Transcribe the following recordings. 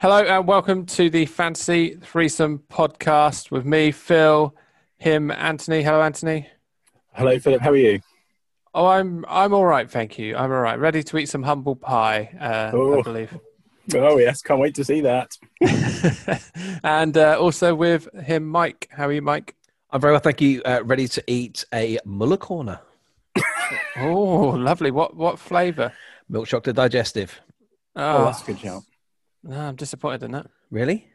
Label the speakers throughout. Speaker 1: Hello and welcome to the Fantasy Threesome podcast with me, Phil, him, Anthony. Hello, Anthony.
Speaker 2: Hello, Philip. How are you?
Speaker 1: Oh, I'm I'm all right, thank you. I'm all right. Ready to eat some humble pie, uh, I
Speaker 2: Oh.
Speaker 1: believe.
Speaker 2: Oh, yes. Can't wait to see that.
Speaker 1: and uh, also with him, Mike. How are you, Mike?
Speaker 3: I'm very well, thank you. Uh, ready to eat a Muller corner
Speaker 1: Oh, lovely. What what flavour?
Speaker 3: milk chocolate digestive.
Speaker 2: Oh,
Speaker 1: Oh,
Speaker 2: that's a good shout.
Speaker 1: no, I'm disappointed in that.
Speaker 3: Really?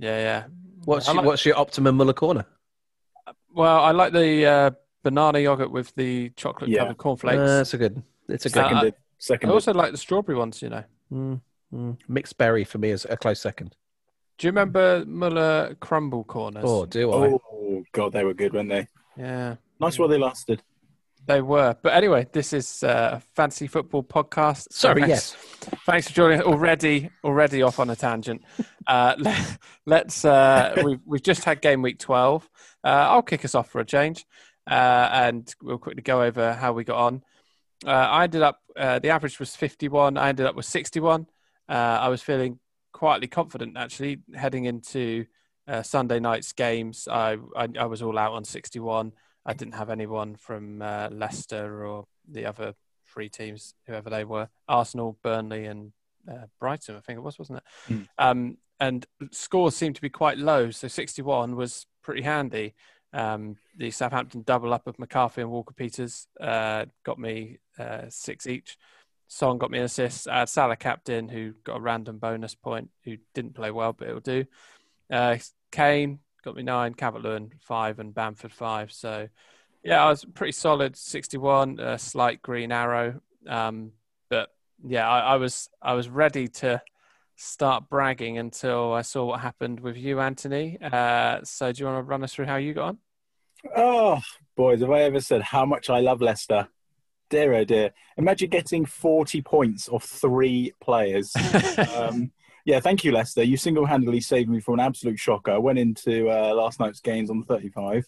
Speaker 1: Yeah, yeah.
Speaker 3: What's
Speaker 1: I
Speaker 3: your,
Speaker 1: like-
Speaker 3: what's your optimum Muller corner?
Speaker 1: Well, I like the uh, banana yogurt with the chocolate
Speaker 2: Yeah.
Speaker 1: covered cornflakes.
Speaker 3: Uh, it's a good. It's a good.
Speaker 1: Uh,
Speaker 2: Seconded.
Speaker 1: I
Speaker 2: Seconded.
Speaker 1: also like the strawberry ones, you know.
Speaker 3: Mm, mm. Mixed berry for me is a close second.
Speaker 1: Do you remember Muller crumble corners?
Speaker 3: Oh, do I?
Speaker 2: oh, God, they were good, weren't they?
Speaker 1: Yeah,
Speaker 2: Nice while they lasted.
Speaker 1: they were. But anyway, this is uh, a fantasy football podcast. So
Speaker 3: Sorry,
Speaker 1: thanks-
Speaker 3: yes.
Speaker 1: Thanks for joining. us. Already, already off on a tangent. Uh, let, let's. Uh, we've we've just had game week twelve. Uh, I'll kick us off for a change, uh, and we'll quickly go over how we got on. Uh, I ended up. Uh, the average was fifty-one. I ended up with sixty-one. Uh, I was feeling quietly confident actually heading into uh, Sunday night's games. I, I I was all out on sixty-one. I didn't have anyone from uh, Leicester or the other three teams, whoever they were, Arsenal, Burnley, and uh, Brighton, I think it was, wasn't it?
Speaker 2: Mm.
Speaker 1: Um, and scores seemed to be quite low, so 61 was pretty handy. Um, the Southampton double up of McCarthy and Walker Peters uh, got me uh, six each. Song got me an assist. I had Salah captain, who got a random bonus point, who didn't play well, but it'll do. Uh, Kane got me nine, Calvert Lewin five, and Bamford five. So, yeah, I was pretty solid. Sixty-one, a slight green arrow. Um, but yeah, I, I was I was ready to start bragging until I saw what happened with you, Anthony. Uh, so, do you want to run us through how you got on?
Speaker 2: Oh, boys, have I ever said how much I love Leicester? Dear, oh dear. Imagine getting 40 points off three players. um, yeah, thank you, Leicester. You single-handedly saved me from an absolute shocker. I went into uh, last night's games on 35,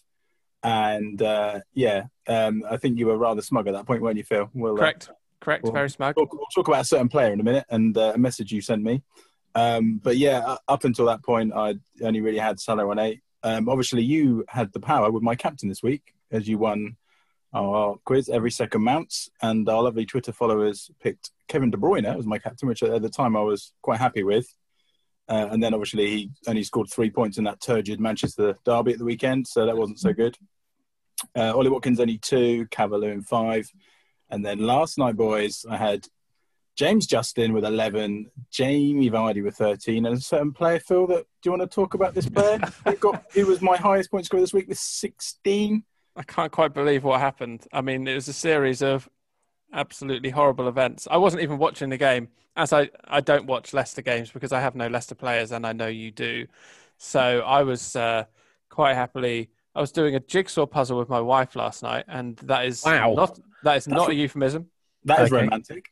Speaker 2: and uh, yeah, um, I think you were rather smug at that point, weren't you, Phil? Well, uh,
Speaker 1: correct, correct,
Speaker 2: well,
Speaker 1: very smug.
Speaker 2: talk, we'll talk about a certain player in a minute and uh, a message you sent me. Um, but yeah, u- up until that point, I only really had Salah on eight. Um, obviously, you had the power with my captain this week as you won our quiz every second mounts, and our lovely Twitter followers picked Kevin De Bruyne as my captain, which at the time I was quite happy with. Uh, and then obviously he only scored three points in that turgid Manchester derby at the weekend, so that wasn't so good. Uh, Ollie Watkins only two, Cavalier in five, and then last night, boys, I had James Justin with 11, Jamie Vardy with 13, and a certain player, Phil, that do you want to talk about this player? who, got, who was my highest point scorer this week with 16?
Speaker 1: I can't quite believe what happened. I mean, it was a series of absolutely horrible events. I wasn't even watching the game, as I, I don't watch Leicester games because I have no Leicester players, and I know you do. So I was uh, quite happily. I was doing a jigsaw puzzle with my wife last night, and that is
Speaker 3: Wow.
Speaker 1: not that is not a euphemism.
Speaker 2: That is
Speaker 3: Okay.
Speaker 2: romantic.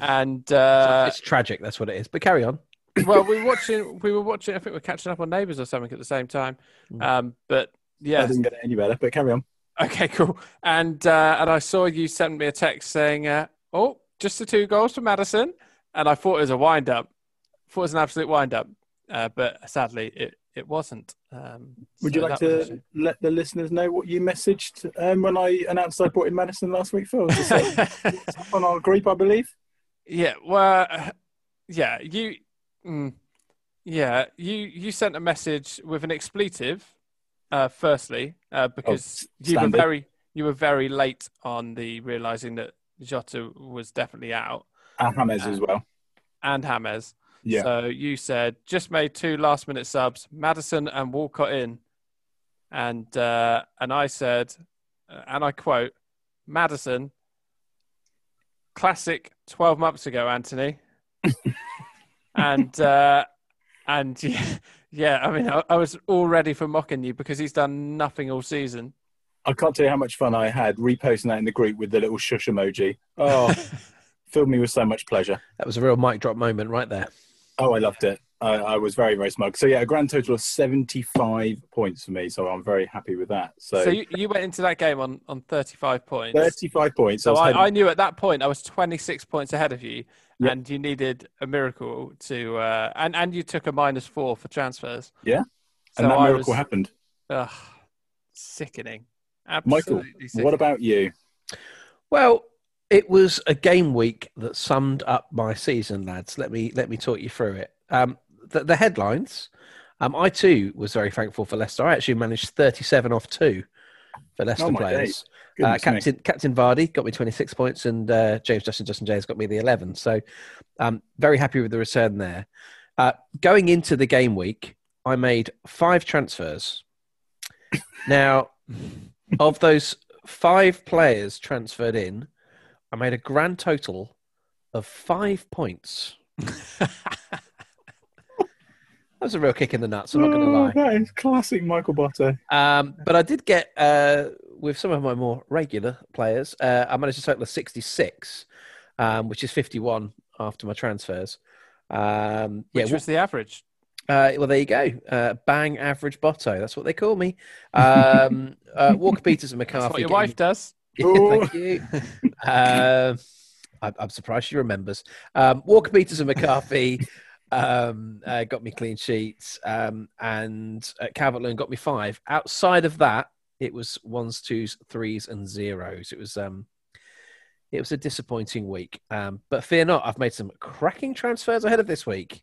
Speaker 1: And uh,
Speaker 3: it's tragic. That's what it is. But carry on.
Speaker 1: well, we were watching. We were watching. I think we we're catching up on Neighbours or something at the same time.
Speaker 3: Mm.
Speaker 1: Um, but
Speaker 2: That
Speaker 1: yeah,
Speaker 2: doesn't get it any better, but carry on.
Speaker 1: Okay, cool. And uh, and I saw you sent me a text saying, uh, "Oh, just the two goals for Madison," and I thought it was a wind up. Thought it was an absolute wind up, uh, but sadly, it it wasn't. Um,
Speaker 2: Would
Speaker 1: so
Speaker 2: you like
Speaker 1: that was a
Speaker 2: to let the listeners know what you messaged um, when I announced I brought in Madison last week, Phil? It's a-
Speaker 1: shame.
Speaker 2: it's up on our group, I believe.
Speaker 1: yeah. Well, uh, yeah. You. Mm, yeah. You you sent a message with an expletive. Uh, firstly, uh, because you were
Speaker 2: Oh, standard.
Speaker 1: very you were very late on the realizing that Jota was definitely out.
Speaker 2: And James
Speaker 1: Uh,
Speaker 2: as well.
Speaker 1: and Hammers.
Speaker 2: Yeah.
Speaker 1: So you said just made two last minute subs, Madison and Walcott in, and uh, and I said, uh, and I quote, Madison, classic twelve months ago, Anthony, and uh, and yeah, yeah, I mean, I, I was all ready for mocking you because he's done nothing all season.
Speaker 2: I can't tell you how much fun I had reposting that in the group with the little shush emoji. Oh, filled me with so much pleasure.
Speaker 3: That was a real mic drop moment right there.
Speaker 2: Oh, I loved it. I, I was very, very smug. So yeah, a grand total of seventy-five points for me. So I'm very happy with that. So,
Speaker 1: So you, you went into that game on, on 35 points.
Speaker 2: thirty-five points.
Speaker 1: so
Speaker 2: was heading-
Speaker 1: I, I knew at that point I was 26 points ahead of you,
Speaker 2: Yeah.
Speaker 1: and you needed a miracle to, uh, and and you took a minus four for transfers.
Speaker 2: Yeah.
Speaker 1: so
Speaker 2: and that
Speaker 1: I
Speaker 2: miracle
Speaker 1: was
Speaker 2: happened.
Speaker 1: ugh, sickening.
Speaker 2: Michael,
Speaker 1: Absolutely sickening.
Speaker 2: What about you?
Speaker 3: Well, it was a game week that summed up my season, lads. Let me let me talk you through it. Um, the, the headlines. Um, I too was very thankful for Leicester. I actually managed thirty-seven off two for Leicester
Speaker 2: Oh, my
Speaker 3: players. Uh,
Speaker 2: Goodness me.
Speaker 3: Captain Captain Vardy got me twenty-six points, and uh, James Justin Justin James got me the eleven. So, um, very happy with the return there. Uh, going into the game week, I made five transfers. now, of those five players transferred in, I made a grand total of five points. That was a real kick in the nuts. I'm not going to
Speaker 2: Oh,
Speaker 3: lie.
Speaker 2: That is classic Michael Butter.
Speaker 3: Um, but I did get uh, with some of my more regular players. Uh, I managed a total of sixty-six, um, which is fifty-one after my transfers. Um, yeah,
Speaker 1: Which was the average.
Speaker 3: uh, well, there you go. Uh, bang, average botto. That's what they call me. Um, uh, Walker Peters and
Speaker 1: That's
Speaker 3: McCarthy.
Speaker 1: what your
Speaker 3: getting-
Speaker 1: wife does.
Speaker 3: yeah, thank you. um, I, I'm surprised she remembers. Um, Walker Peters and McCarthy um, uh, got me clean sheets, um, and uh, Calvert Lewin got me five. Outside of that, it was ones, twos, threes, and zeros. It was um, it was a disappointing week. Um, but fear not, I've made some cracking transfers ahead of this week.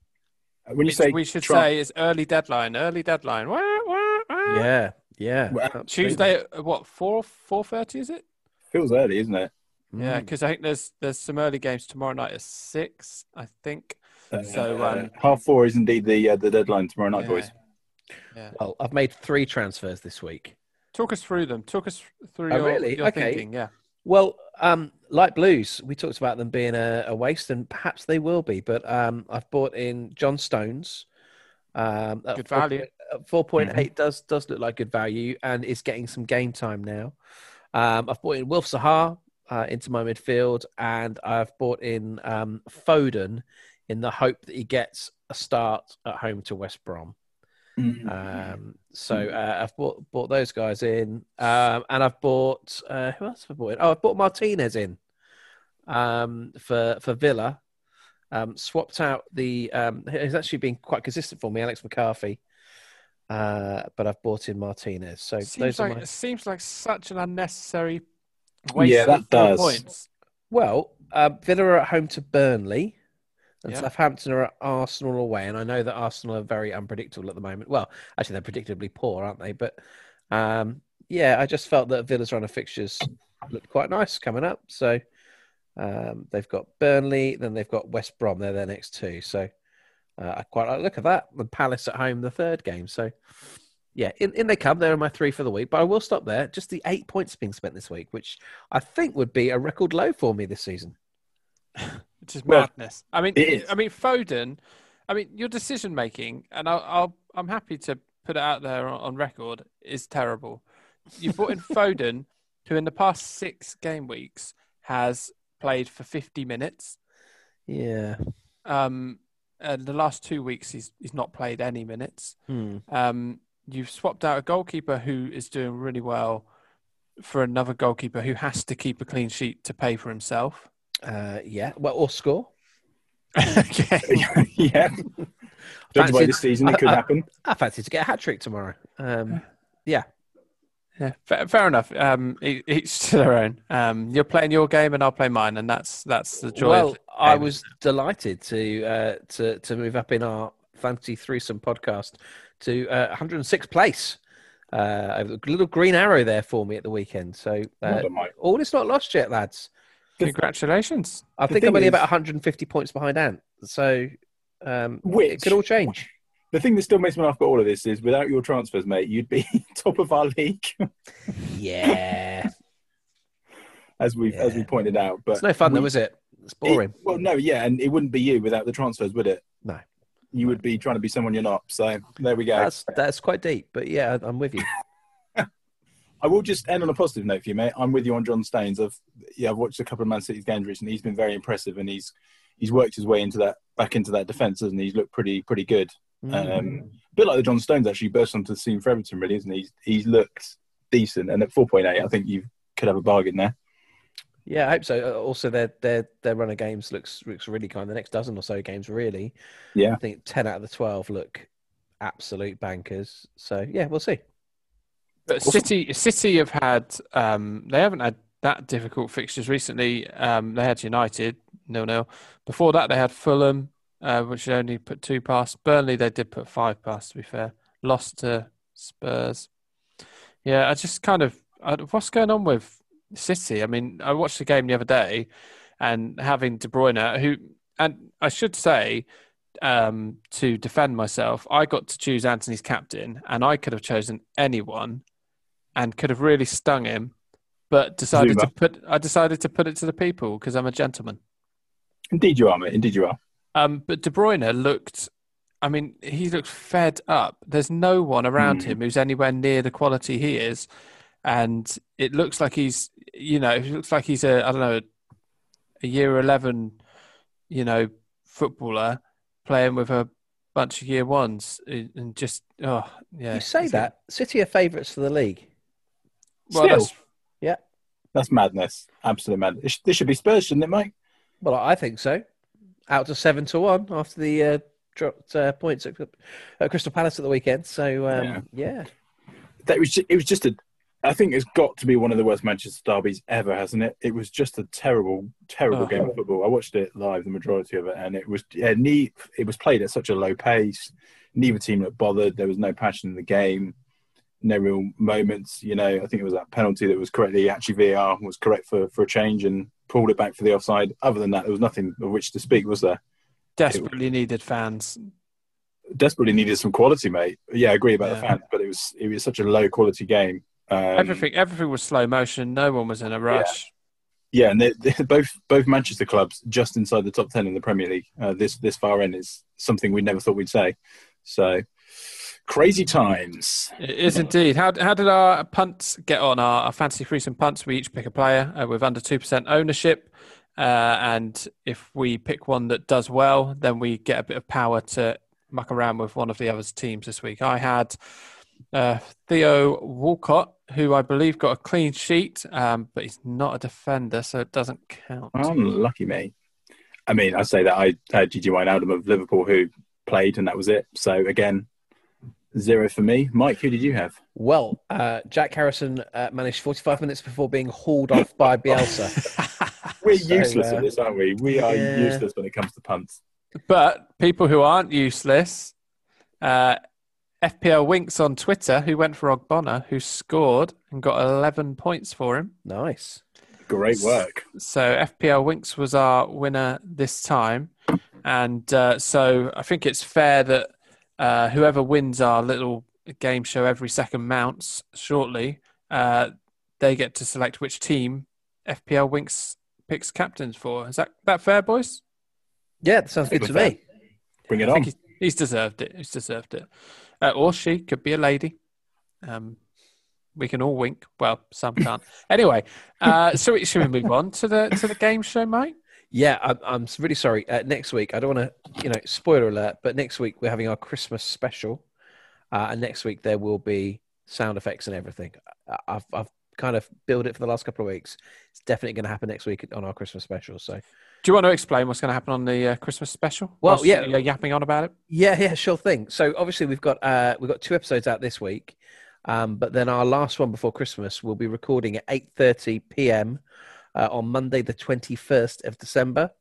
Speaker 2: When you
Speaker 1: Which
Speaker 2: say
Speaker 1: we should
Speaker 2: Trump-
Speaker 1: say is early deadline. Early deadline. Wah, wah, wah.
Speaker 3: Yeah, yeah.
Speaker 2: Well,
Speaker 3: absolutely.
Speaker 1: Tuesday, at what four four thirty is it?
Speaker 2: feels early, isn't it?
Speaker 3: Mm.
Speaker 1: Yeah, because I think there's there's some early games tomorrow night at six, I think.
Speaker 2: Uh,
Speaker 1: So, um,
Speaker 2: half four is indeed the uh, the deadline tomorrow night,
Speaker 1: Yeah.
Speaker 2: boys.
Speaker 3: Well, I've made three transfers this week.
Speaker 1: Talk us through them. Talk us through
Speaker 3: Oh,
Speaker 1: your,
Speaker 3: really?
Speaker 1: your
Speaker 3: Okay.
Speaker 1: thinking. Yeah.
Speaker 3: Well, um, light blues. We talked about them being a, a waste, and perhaps they will be. But um, I've bought in John Stones. Um, at
Speaker 1: Good
Speaker 3: four
Speaker 1: value. Mm-hmm.
Speaker 3: point- at Four point eight does does look like good value, and is getting some game time now. Um, I've bought in Wilf Sahar uh, into my midfield, and I've bought in um, Foden in the hope that he gets a start at home to West Brom.
Speaker 2: Mm.
Speaker 1: Mm-hmm.
Speaker 3: Um, so uh, I've bought bought those guys in, um, and I've bought uh, who else have I bought in? Oh, I've bought Martinez in um, for for Villa. Um, swapped out the um, he's actually been quite consistent for me, Alex McCarthy. Uh, but I've bought in Martinez, so
Speaker 1: seems
Speaker 3: those
Speaker 1: like
Speaker 3: are my
Speaker 1: it seems like such an unnecessary waste.
Speaker 2: Yeah, that
Speaker 1: of four
Speaker 2: does.
Speaker 1: Points.
Speaker 3: well. Uh, Villa are at home to Burnley, and
Speaker 1: Yeah.
Speaker 3: Southampton are at Arsenal away. And I know that Arsenal are very unpredictable at the moment. Well, actually, they're predictably poor, aren't they? But um, yeah, I just felt that Villa's run of fixtures looked quite nice coming up. So um, they've got Burnley, then they've got West Brom. They're their next two. So uh, I quite like the look at that. The Palace at home, the third game. So yeah, in, in they come. There are my three for the week. But I will stop there. Just the eight points being spent this week, which I think would be a record low for me this season.
Speaker 1: which is
Speaker 2: Well,
Speaker 1: madness. I mean,
Speaker 2: it is.
Speaker 1: I mean Foden. I mean, your decision making, and I'll, I'll I'm happy to put it out there on, on record, is terrible. You brought in Foden, who in the past six game weeks has played for 50 minutes.
Speaker 3: Yeah.
Speaker 1: Um, and the last two weeks he's he's not played any minutes.
Speaker 3: Hmm.
Speaker 1: Um, you've swapped out a goalkeeper who is doing really well for another goalkeeper who has to keep a clean sheet to pay for himself.
Speaker 3: Uh, yeah. Well, or score.
Speaker 1: okay.
Speaker 2: yeah, judged by
Speaker 3: Fancy-
Speaker 2: this season, it could
Speaker 3: I- I-
Speaker 2: happen.
Speaker 3: I fancy to get a hat trick tomorrow. Um,
Speaker 1: Yeah, fair, fair enough. Um, e- each to their own. Um, you're playing your game, and I'll play mine, and that's that's the joy.
Speaker 3: well,
Speaker 1: of
Speaker 3: I
Speaker 1: Amos.
Speaker 3: was delighted to uh, to to move up in our fancy threesome podcast to uh, 106th place. Uh, a little green arrow there for me at the weekend. So uh,
Speaker 2: Well done, Mike.
Speaker 3: all is not lost yet, lads.
Speaker 1: congratulations.
Speaker 3: I
Speaker 2: The
Speaker 3: think I'm
Speaker 2: thing
Speaker 3: only
Speaker 2: is-
Speaker 3: about 150 points behind Ant. So um, it
Speaker 2: Which-
Speaker 3: could all change.
Speaker 2: The thing that still makes me laugh about all of this is, without your transfers, mate, you'd be top of our league,
Speaker 3: Yeah,
Speaker 2: as we have as we pointed out. But
Speaker 3: it's no fun
Speaker 2: we-
Speaker 3: though, is it? It's
Speaker 2: it-
Speaker 3: boring.
Speaker 2: well, no, yeah, and it wouldn't be you without the transfers, would it?
Speaker 3: No.
Speaker 2: You would be trying to be someone you're not. So there we go.
Speaker 3: That's that's quite deep, but yeah, I- I'm with you.
Speaker 2: I will just end on a positive note for you, mate. I'm with you on John Stones. I've yeah, I've watched a couple of Man City's games recently. He's been very impressive, and he's he's worked his way into that back into that defence, doesn't he? He's looked pretty pretty good.
Speaker 3: Mm.
Speaker 2: Um, a bit like the John Stones actually burst onto the scene for Everton, really, isn't he? He's, he's looked decent, and at 4.8, I think you could have a bargain there.
Speaker 3: Yeah, I hope so. Uh, Also, their their their run of games looks looks really kind. The next dozen or so games, really.
Speaker 2: Yeah.
Speaker 3: I think ten out of the twelve look absolute bankers. So yeah, we'll see.
Speaker 1: But
Speaker 2: Awesome.
Speaker 1: City, City have had um, they haven't had that difficult fixtures recently. Um, they had United nil nil. Before that, they had Fulham, uh, which they only put two past. Burnley, they did put five past. To be fair, lost to Spurs. Yeah, I just kind of I, what's going on with City? I mean, I watched the game the other day, and having De Bruyne, who and I should say. Um, to defend myself, I got to choose Anthony's captain, and I could have chosen anyone, and could have really stung him, but decided
Speaker 2: Zuma.
Speaker 1: to put I decided to put it to the people because I'm a gentleman.
Speaker 2: Indeed, you are, mate. Indeed, you are.
Speaker 1: Um, but De Bruyne looked, I mean, he looked fed up. There's no one around
Speaker 2: Mm.
Speaker 3: Hmm.
Speaker 1: him who's anywhere near the quality he is, and it looks like he's, you know, it looks like he's a, I don't know, a year eleven, you know, footballer playing with a bunch of year ones, and and just oh yeah.
Speaker 3: you say
Speaker 1: it's-
Speaker 3: that City are favourites for the league.
Speaker 1: Well,
Speaker 2: Still.
Speaker 1: that's
Speaker 2: That's madness. Absolute madness. It sh- This should be Spurs, shouldn't it, Mike?
Speaker 3: Well, I think so. Out to seven to one after the uh, dropped uh, points at, at Crystal Palace at the weekend. So um, yeah.
Speaker 2: Yeah. That was ju- it was just a. I think it's got to be one of the worst Manchester derbies ever, hasn't it? It was just a terrible, terrible
Speaker 1: Oh.
Speaker 2: game of football. I watched it live, the majority of it, and it was yeah, ne- it was played at such a low pace. Neither team looked bothered. There was no passion in the game, no real moments. You know, I think it was that penalty that was correctly actually VAR was correct for for a change and pulled it back for the offside. Other than that, there was nothing of which to speak, was there?
Speaker 1: desperately needed fans.
Speaker 3: Um,
Speaker 2: desperately needed some quality, mate. Yeah, I agree about the
Speaker 1: Yeah.
Speaker 2: fans, but it was it was such a low quality game. Um,
Speaker 1: everything, everything was slow motion. No one was in a rush.
Speaker 2: Yeah, and they they- both both Manchester clubs just inside the top ten in the Premier League. Uh, this this far in is something we never thought we'd say. So crazy times.
Speaker 1: It is indeed. How, how did our punts get on? Our, our fantasy threesome punts, we each pick a player uh, with under 2% ownership. Uh, and if we pick one that does well, then we get a bit of power to muck around with one of the other's teams this week. I had uh, Theo Walcott, who I believe got a clean sheet, um, but he's not a defender, so it doesn't count.
Speaker 2: Unlucky, mate. I mean, I say that I had Gigi Wijnaldum of Liverpool who played, and that was it. So again, zero for me. Mike, who did you have?
Speaker 3: Well, uh, Jack Harrison uh, managed 45 minutes before being hauled off by Bielsa.
Speaker 2: We're
Speaker 3: So,
Speaker 2: useless
Speaker 3: uh,
Speaker 2: at this, aren't we? We are
Speaker 3: yeah.
Speaker 2: useless when it comes to punts.
Speaker 1: But people who aren't useless, uh, FPL Winks on Twitter, who went for Ogbonna, who scored and got 11 points for him.
Speaker 3: nice.
Speaker 2: Great work.
Speaker 1: So FPL Winks was our winner this time. And uh, so I think it's fair that uh, whoever wins our little game show every second mounts shortly, uh, they get to select which team FPL Winks picks captains for. Is that, that fair, boys?
Speaker 3: Yeah, that sounds good to me.
Speaker 2: Bring it
Speaker 1: I
Speaker 2: on.
Speaker 1: think he's, he's deserved it. He's deserved it. Uh, or she could be a lady. Um, we can all wink. Well, some can't. anyway, uh, so we, should we move on to the to the game show, mate?
Speaker 3: Yeah, I'm, I'm s- really sorry. Uh, next week, I don't want to, you know, spoiler alert, but next week we're having our Christmas special, uh, and next week there will be sound effects and everything. I- I've, I've kind of built it for the last couple of weeks. It's definitely going to happen next week on our Christmas special. So
Speaker 1: Do you want to explain what's going to happen on the uh, Christmas special?
Speaker 3: Well,
Speaker 1: Whilst
Speaker 3: yeah.
Speaker 1: you're yapping on about it.
Speaker 3: yeah, yeah, sure thing. So obviously we've got uh, we've got two episodes out this week, um, but then our last one before Christmas we'll be recording at 8:30 p.m. uh, on Monday, the 21st of December.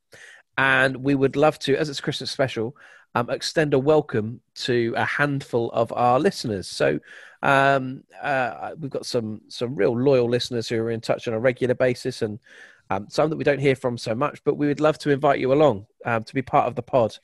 Speaker 3: And we would love to, as it's Christmas special, um, extend a welcome to a handful of our listeners. So um, uh, we've got some some real loyal listeners who are in touch on a regular basis, and um, some that we don't hear from so much. But we would love to invite you along um, to be part of the pod.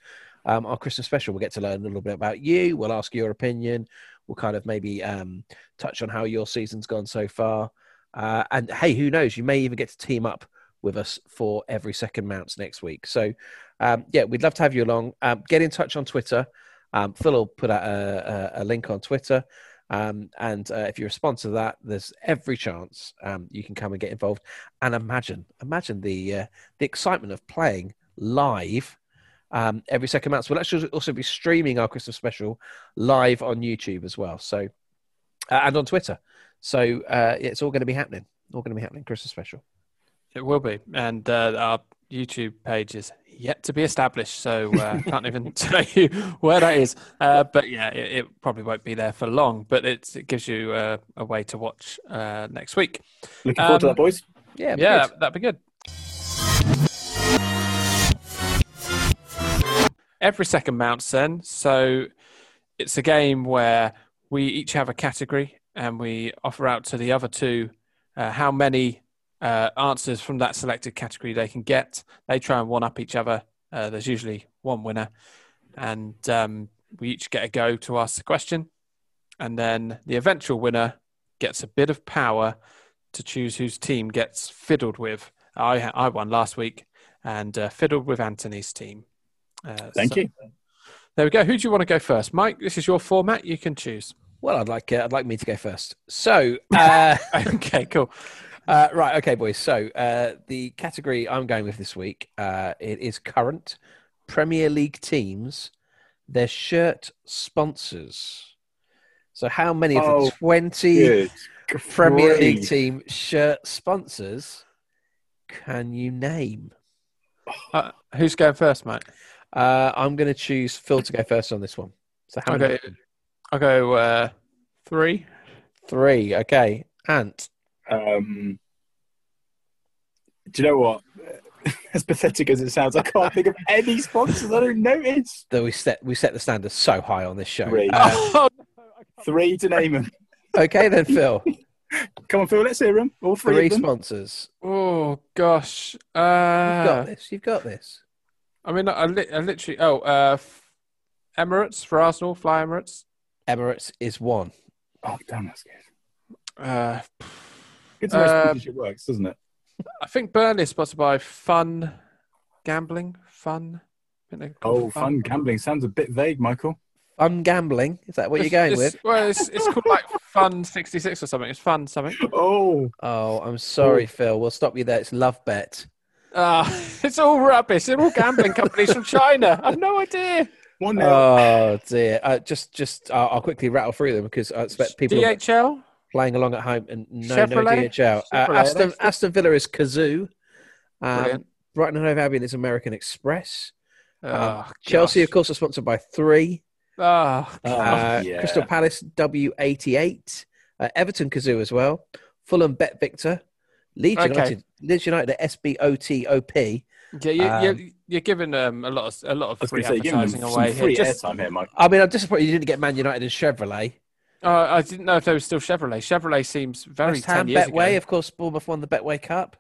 Speaker 3: Um, our Christmas special, we'll get to learn a little bit about you. We'll ask your opinion. We'll kind of maybe um, touch on how your season's gone so far. Uh, and hey, who knows? You may even get to team up with us for every second mounts next week. So, um, yeah, we'd love to have you along. Um, get in touch on Twitter. Um, Phil will put out a, a, a link on Twitter. Um, and uh, if you respond to that, there's every chance um, you can come and get involved. And imagine, imagine the uh, the excitement of playing live um, every second month. So we'll actually also be streaming our Christmas special live on YouTube as well. So uh, and on Twitter. So uh, it's all going to be happening. All going to be happening. Christmas special.
Speaker 1: It will be, and uh, our YouTube page is yet to be established, so uh, can't even tell you where that is. Uh, but yeah, it, it probably won't be there for long. But it's, it gives you uh, a way to watch uh, next week.
Speaker 2: Looking forward to
Speaker 1: Um,
Speaker 2: that, boys.
Speaker 3: Yeah.
Speaker 1: yeah,
Speaker 3: good.
Speaker 1: that- that'd be good. Every second mounts then. So it's a game where we each have a category and we offer out to the other two uh, how many uh, answers from that selected category they can get. They try and one up each other. Uh, there's usually one winner, and um, we each get a go to ask the question. And then the eventual winner gets a bit of power to choose whose team gets fiddled with. I I won last week and uh, fiddled with Anthony's team. Uh,
Speaker 2: Thank
Speaker 1: so
Speaker 2: you.
Speaker 1: There we go. Who do you want to go first, Mike? This is your format. You can choose.
Speaker 3: Well, I'd like uh, I'd like me to go first. So. Uh,
Speaker 1: okay, cool.
Speaker 3: Uh, right, okay, boys. So uh, the category I'm going with this week uh, it is current Premier League teams, their shirt sponsors. So how many of
Speaker 2: Oh,
Speaker 3: the 20
Speaker 2: Good.
Speaker 3: Premier League
Speaker 2: grief.
Speaker 3: team shirt sponsors can you name?
Speaker 1: Uh, who's going first, Mike?
Speaker 3: Uh, I'm going to choose Phil to go first on this one. So how
Speaker 1: I'll
Speaker 3: many?
Speaker 1: go, I'll go uh, three.
Speaker 3: Three. Okay, Ant.
Speaker 2: Um, do you know what? as pathetic as it sounds, I can't think of any sponsors. I don't notice.
Speaker 3: Though we set we set the standard so high on this show.
Speaker 2: Three.
Speaker 3: Uh,
Speaker 2: Three to name them.
Speaker 3: okay then, Phil.
Speaker 2: Come on, Phil. Let's hear them. All three,
Speaker 3: Three
Speaker 2: of them.
Speaker 3: sponsors.
Speaker 1: oh gosh.
Speaker 3: You've got
Speaker 1: Uh,
Speaker 3: this. You've got this.
Speaker 1: I mean, I, li- I literally. Oh, uh, f- Emirates for Arsenal. Fly Emirates.
Speaker 3: Emirates is one.
Speaker 2: Oh, damn, that's good.
Speaker 1: Uh,
Speaker 2: Good to know
Speaker 3: Uh,
Speaker 1: Um,
Speaker 2: sponsorship works, doesn't it?
Speaker 1: I think Burnley is sponsored by Fun Gambling. Fun. I think they're called
Speaker 3: uh,
Speaker 2: Oh, fun gambling sounds a bit vague, Michael.
Speaker 3: Fun gambling. Is that what you're
Speaker 1: It's-
Speaker 3: going
Speaker 1: it's-
Speaker 3: with?
Speaker 1: Well, it's, it's called like Fun 66 or something. It's Fun something.
Speaker 2: Oh,
Speaker 3: Oh, I'm sorry, Phil. We'll stop you there. It's love bet.
Speaker 1: Uh, it's all rubbish. They're all gambling companies from China. I've no idea.
Speaker 2: one nil.
Speaker 3: Oh dear. Uh, just, just, I'll I'll quickly rattle through them because I expect people are
Speaker 1: DHL.
Speaker 3: playing along at home and no, no
Speaker 1: Chevrolet?
Speaker 3: DHL. Uh,
Speaker 1: Chevrolet,
Speaker 3: Aston,
Speaker 1: that's-
Speaker 3: Aston Villa is Kazoo. Um,
Speaker 1: Brilliant.
Speaker 3: Brighton and Hove Albion is American Express.
Speaker 1: Oh,
Speaker 3: Uh, Chelsea, of
Speaker 1: gosh.
Speaker 3: course, are sponsored by Three.
Speaker 1: Oh,
Speaker 3: Uh,
Speaker 2: Ah, yeah.
Speaker 3: Crystal Palace W88, uh, Everton Kazoo as well, Fulham Bet Victor, Leeds
Speaker 1: Okay.
Speaker 3: United, Leeds United at SBOTOP.
Speaker 1: yeah, you, you're,
Speaker 3: Um,
Speaker 1: you're giving um, a lot of a lot
Speaker 2: I
Speaker 1: of
Speaker 2: was going
Speaker 1: free
Speaker 2: to say, give them
Speaker 1: advertising
Speaker 2: some
Speaker 1: away here.
Speaker 2: free
Speaker 1: Just-
Speaker 2: airtime here, Mike.
Speaker 3: I mean, I'm disappointed you didn't get Man United and Chevrolet.
Speaker 1: uh, I didn't know if there was still Chevrolet. Chevrolet seems very
Speaker 3: West Ham
Speaker 1: ten years
Speaker 3: Betway,
Speaker 1: ago.
Speaker 3: of course, Bournemouth won the Betway Cup.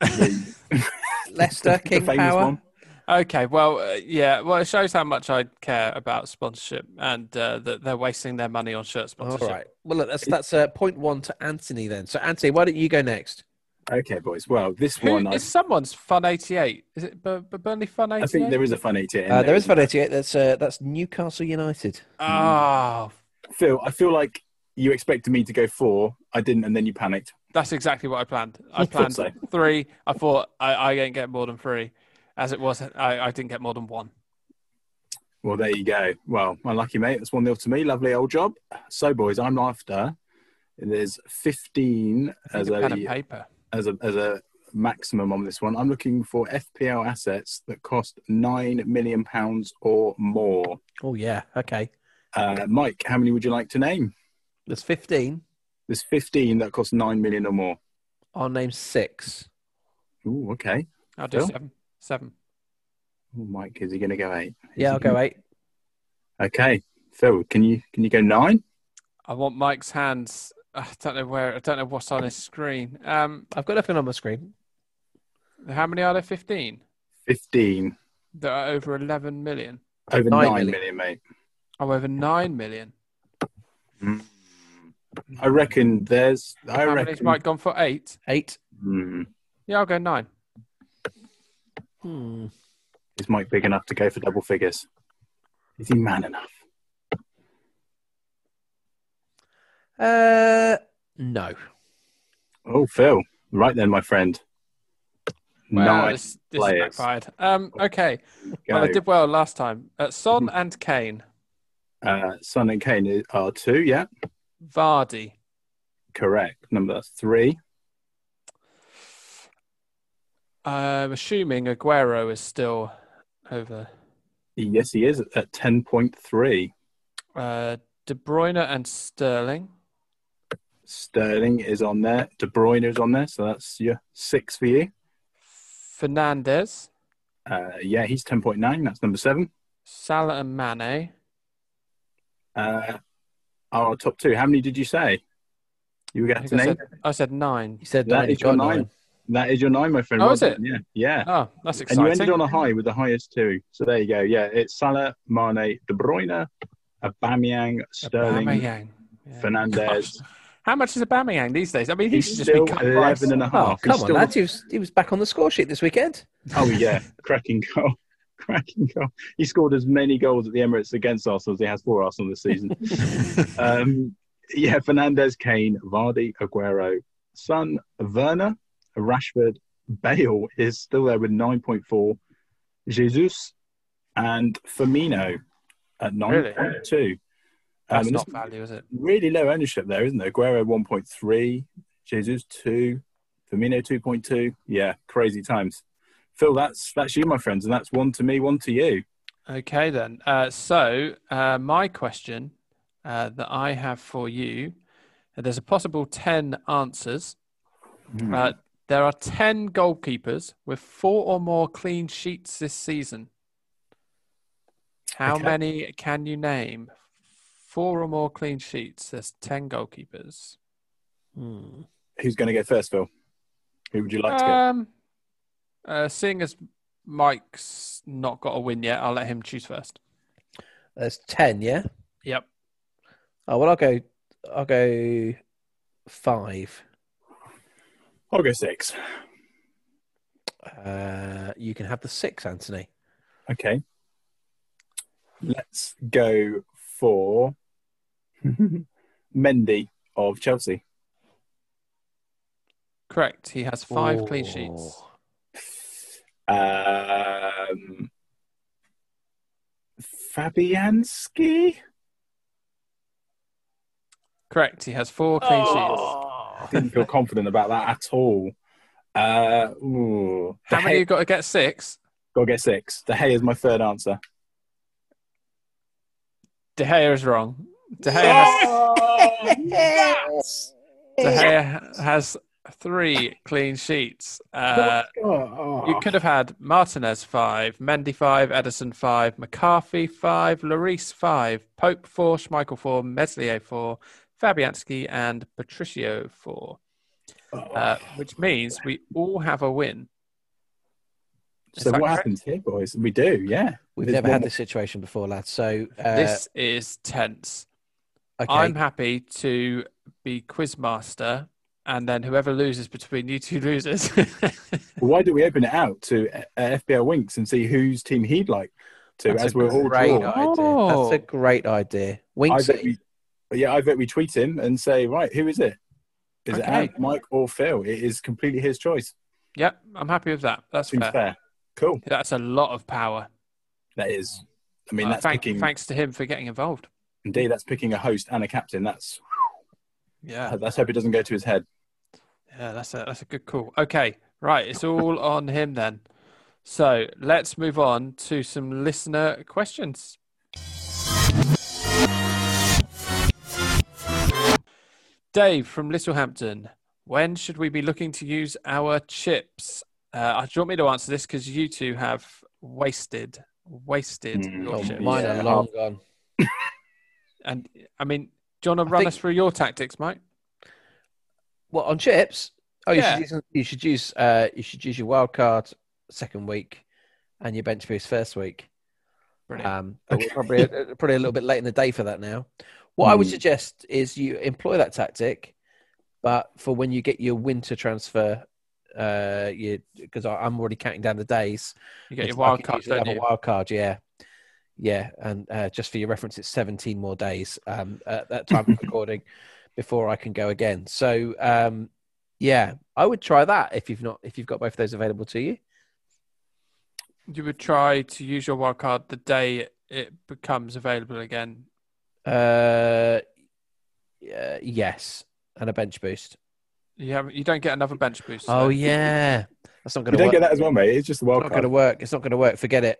Speaker 2: The-
Speaker 3: Leicester
Speaker 2: the
Speaker 3: King
Speaker 2: famous
Speaker 3: Power.
Speaker 2: one.
Speaker 1: Okay, well, uh, yeah, well, it shows how much I care about sponsorship and uh, that they're wasting their money on shirt
Speaker 3: All
Speaker 1: sponsorship.
Speaker 3: right. Well, look, that's that's uh, point one to Anthony then. So, Anthony, why don't you go next?
Speaker 2: Okay, boys. Well, this
Speaker 1: Who-
Speaker 2: one, I,
Speaker 1: is someone's Fun 88? Is it Bur- Bur- Burnley Fun 88?
Speaker 2: I think there is a fun 88. in
Speaker 3: Uh, there is
Speaker 2: isn't
Speaker 3: Van 88. That's uh, that's Newcastle United.
Speaker 1: Oh,
Speaker 2: Phil, I feel like you expected me to go four. I didn't, and then you panicked.
Speaker 1: that's exactly what I planned. I
Speaker 2: thought
Speaker 1: planned
Speaker 2: so.
Speaker 1: three. I thought I, I ain't get more than three. As it was, I, I didn't get more than one.
Speaker 2: Well, there you go. Well, unlucky mate. That's one nil to me. Lovely old job. So, boys, I'm after. There's 15
Speaker 1: I
Speaker 2: as
Speaker 1: need a pen and
Speaker 2: a,
Speaker 1: paper.
Speaker 2: as a as a maximum on this one. I'm looking for FPL assets that cost nine million pounds or more.
Speaker 3: Oh yeah. Okay.
Speaker 2: Uh, Mike, how many would you like to name?
Speaker 3: There's 15.
Speaker 2: There's 15 that cost nine million or more.
Speaker 3: I'll name six.
Speaker 2: Ooh, okay.
Speaker 1: I'll do
Speaker 2: Phil?
Speaker 1: seven. Seven.
Speaker 2: Ooh, Mike, is he going to go eight? Is
Speaker 3: Yeah,
Speaker 2: he
Speaker 3: I'll go
Speaker 2: gonna-
Speaker 3: eight.
Speaker 2: Okay, Phil, can you can you go nine?
Speaker 1: I want Mike's hands. I don't know where. I don't know what's on his screen. Um,
Speaker 3: I've got nothing on my screen.
Speaker 1: how many are there? Fifteen.
Speaker 2: 15
Speaker 1: There are over eleven million.
Speaker 2: over
Speaker 3: Nine
Speaker 2: nine million,
Speaker 3: million.
Speaker 2: mate.
Speaker 1: Oh, over nine million.
Speaker 2: I reckon there's. I
Speaker 1: How many's
Speaker 2: reckon.
Speaker 1: Mike gone for eight?
Speaker 3: Eight.
Speaker 2: Hmm,
Speaker 1: Yeah, I'll go nine.
Speaker 3: Hmm.
Speaker 2: is Mike big enough to go for double figures? Is he man enough?
Speaker 3: Uh, no. Uh,
Speaker 2: Oh, Phil. Right then, my friend.
Speaker 1: Wow,
Speaker 2: Nine
Speaker 1: this, this is
Speaker 2: players.
Speaker 1: backfired. Um, okay.
Speaker 2: Go. Mm-hmm.
Speaker 1: Well, I did well last time. Uh, Son and Kane.
Speaker 2: uh, Son and Kane are two. Yeah,
Speaker 1: Vardy.
Speaker 2: correct. Number three.
Speaker 1: I'm Uh, assuming Aguero is still over.
Speaker 2: Yes, he is at ten point three.
Speaker 1: Uh, De Bruyne and Sterling.
Speaker 2: Sterling is on there. De Bruyne is on there. So that's your six for you.
Speaker 1: Fernandez.
Speaker 2: Uh, yeah, he's ten point nine. That's number seven.
Speaker 1: Salah and Mane.
Speaker 2: Uh, our top two. How many did you say? You were
Speaker 1: I,
Speaker 2: going
Speaker 1: think
Speaker 2: to
Speaker 1: I,
Speaker 2: name.
Speaker 1: said, I said nine.
Speaker 3: You said
Speaker 2: That
Speaker 3: nine,
Speaker 2: is
Speaker 3: you got
Speaker 2: your nine.
Speaker 3: nine.
Speaker 2: That is your nine, my friend.
Speaker 1: Oh,
Speaker 2: Well
Speaker 1: is it?
Speaker 2: done. Yeah, yeah.
Speaker 1: Oh, that's
Speaker 2: and you
Speaker 1: exciting.
Speaker 2: ended on a high with the highest two. So there you go. Yeah, it's Salah, Mane, De Bruyne, Aubameyang, Sterling,
Speaker 1: Aubameyang. Yeah.
Speaker 2: Fernandez.
Speaker 1: How much is Aubameyang these days? I mean, he
Speaker 2: He's
Speaker 1: should just
Speaker 2: still
Speaker 1: be cut
Speaker 2: 11
Speaker 1: price.
Speaker 2: and a half.
Speaker 3: Oh, come
Speaker 2: He's
Speaker 3: on,
Speaker 2: still-
Speaker 3: lads. He was, he was back on the score sheet this weekend.
Speaker 2: Oh yeah, cracking goal, cracking goal. He scored as many goals at the Emirates against Arsenal as he has for Arsenal this season. um, yeah, Fernandez, Kane, Vardy, Aguero, Son, Werner, Rashford, Bale is still there with nine point four. Jesus and Firmino at nine
Speaker 1: Really?
Speaker 2: point two.
Speaker 1: That's
Speaker 2: Um,
Speaker 1: not
Speaker 2: this-
Speaker 1: value, is it?
Speaker 2: really low ownership there, isn't there? Aguero 1.3, Jesus 2, Firmino 2.2. Yeah, crazy times. Phil, that's that's you, my friends, and that's one to me, one to you.
Speaker 1: Okay, then. Uh, so, uh, my question uh, that I have for you uh, there's a possible 10 answers.
Speaker 2: Hmm.
Speaker 1: Uh, there are 10 goalkeepers with four or more clean sheets this season. How
Speaker 2: Okay.
Speaker 1: many can you name? Four or more clean sheets. There's 10 goalkeepers.
Speaker 3: Hmm.
Speaker 2: Who's going to go first, Phil? Who would you like to go?
Speaker 1: Um, uh, seeing as Mike's not got a win yet, I'll let him choose first.
Speaker 3: There's ten, yeah.
Speaker 1: Yep.
Speaker 3: Oh well, I'll go. I'll go five.
Speaker 2: I'll go six.
Speaker 3: Uh, you can have the six, Anthony.
Speaker 2: Okay. Let's go for Mendy of Chelsea.
Speaker 1: Correct. He has five clean sheets.
Speaker 3: Oh.
Speaker 2: Um, Fabianski?
Speaker 1: Correct. He has four clean
Speaker 2: Oh.
Speaker 1: sheets.
Speaker 2: didn't feel confident about that at all. Uh, ooh.
Speaker 1: How
Speaker 2: De
Speaker 1: many
Speaker 2: Gea-
Speaker 1: you got to get? Six.
Speaker 2: Gotta get six. De Gea is my third answer.
Speaker 1: De Gea is wrong. De Gea has Oh,
Speaker 2: Yes!
Speaker 1: De Gea has three clean sheets. Uh, you could have had Martinez five, Mendy five, Edison five, McCarthy five, Lloris five, Pope four, Schmeichel four, Meslier four, Fabianski and Patricio four. Uh, which means we all have a win. is
Speaker 2: so
Speaker 1: that
Speaker 2: what
Speaker 1: correct?
Speaker 2: happens here, boys? We do, yeah.
Speaker 3: We've
Speaker 2: There's
Speaker 3: never
Speaker 2: one
Speaker 3: had
Speaker 2: more-
Speaker 3: this situation before, lads. So uh,
Speaker 1: this is tense.
Speaker 3: okay.
Speaker 1: I'm happy to be quizmaster, and then whoever loses between you two losers.
Speaker 2: Why do we open it out to uh, FBL Winks and see whose team he'd like to,
Speaker 3: That's
Speaker 2: as
Speaker 3: a
Speaker 2: we're all
Speaker 3: great
Speaker 2: drawn?
Speaker 3: idea.
Speaker 1: Oh.
Speaker 3: That's a great idea.
Speaker 2: I
Speaker 3: Winks.
Speaker 2: bet we, yeah, I bet we tweet him and say, right, who is it? Is it
Speaker 1: Okay.
Speaker 2: Ant, Mike, or Phil? It is completely his choice.
Speaker 1: yep, I'm happy with that. That's
Speaker 2: Seems
Speaker 1: fair.
Speaker 2: fair. Cool.
Speaker 1: That's a lot of power.
Speaker 2: That is. I mean,
Speaker 1: Uh,
Speaker 2: that's
Speaker 1: thank-
Speaker 2: picking.
Speaker 1: thanks to him for getting involved.
Speaker 2: Indeed, that's picking a host and a captain. That's
Speaker 1: Yeah,
Speaker 2: let's hope it doesn't go to his head.
Speaker 1: yeah, that's a that's a good call. Okay, right, it's all on him then. So let's move on to some listener questions. Dave from Littlehampton, when should we be looking to use our chips? Uh, do you want me to answer this because you two have wasted, wasted
Speaker 2: Mm.
Speaker 1: your
Speaker 3: Oh,
Speaker 1: chips?
Speaker 3: mine
Speaker 2: Yeah.
Speaker 3: are long gone.
Speaker 1: And I mean, do you want
Speaker 3: I
Speaker 1: to run
Speaker 3: think-
Speaker 1: us through your tactics, Mike?
Speaker 3: What on chips? Oh, you
Speaker 1: Yeah.
Speaker 3: should use, you should use uh, you should use your wild card second week, and your bench boost first week.
Speaker 1: Brilliant.
Speaker 3: Um, but we're probably uh, probably a little bit late in the day for that now. What I would
Speaker 2: Hmm.
Speaker 3: suggest is you employ that tactic, but for when you get your winter transfer, uh, you because I'm already counting down the days.
Speaker 1: you get your
Speaker 3: until I
Speaker 1: wild
Speaker 3: can
Speaker 1: card,
Speaker 3: usually
Speaker 1: don't
Speaker 3: have
Speaker 1: you?
Speaker 3: a wild card, yeah, yeah. And uh, just for your reference, it's 17 more days um, at that time of recording before I can go again. So um, Yeah, I would try that if you've not if you've got both of those available to you.
Speaker 1: You would try to use your wild card the day it becomes available again.
Speaker 3: Uh, yeah, yes, and a bench boost.
Speaker 1: You haven't. You don't get another bench boost.
Speaker 3: Oh
Speaker 1: though.
Speaker 3: yeah, that's not
Speaker 2: You
Speaker 3: going to
Speaker 2: don't
Speaker 3: work.
Speaker 2: get that as well, mate. It's just the
Speaker 3: It's
Speaker 2: wild
Speaker 3: not
Speaker 2: card.
Speaker 3: going to work. It's not going to work. Forget it.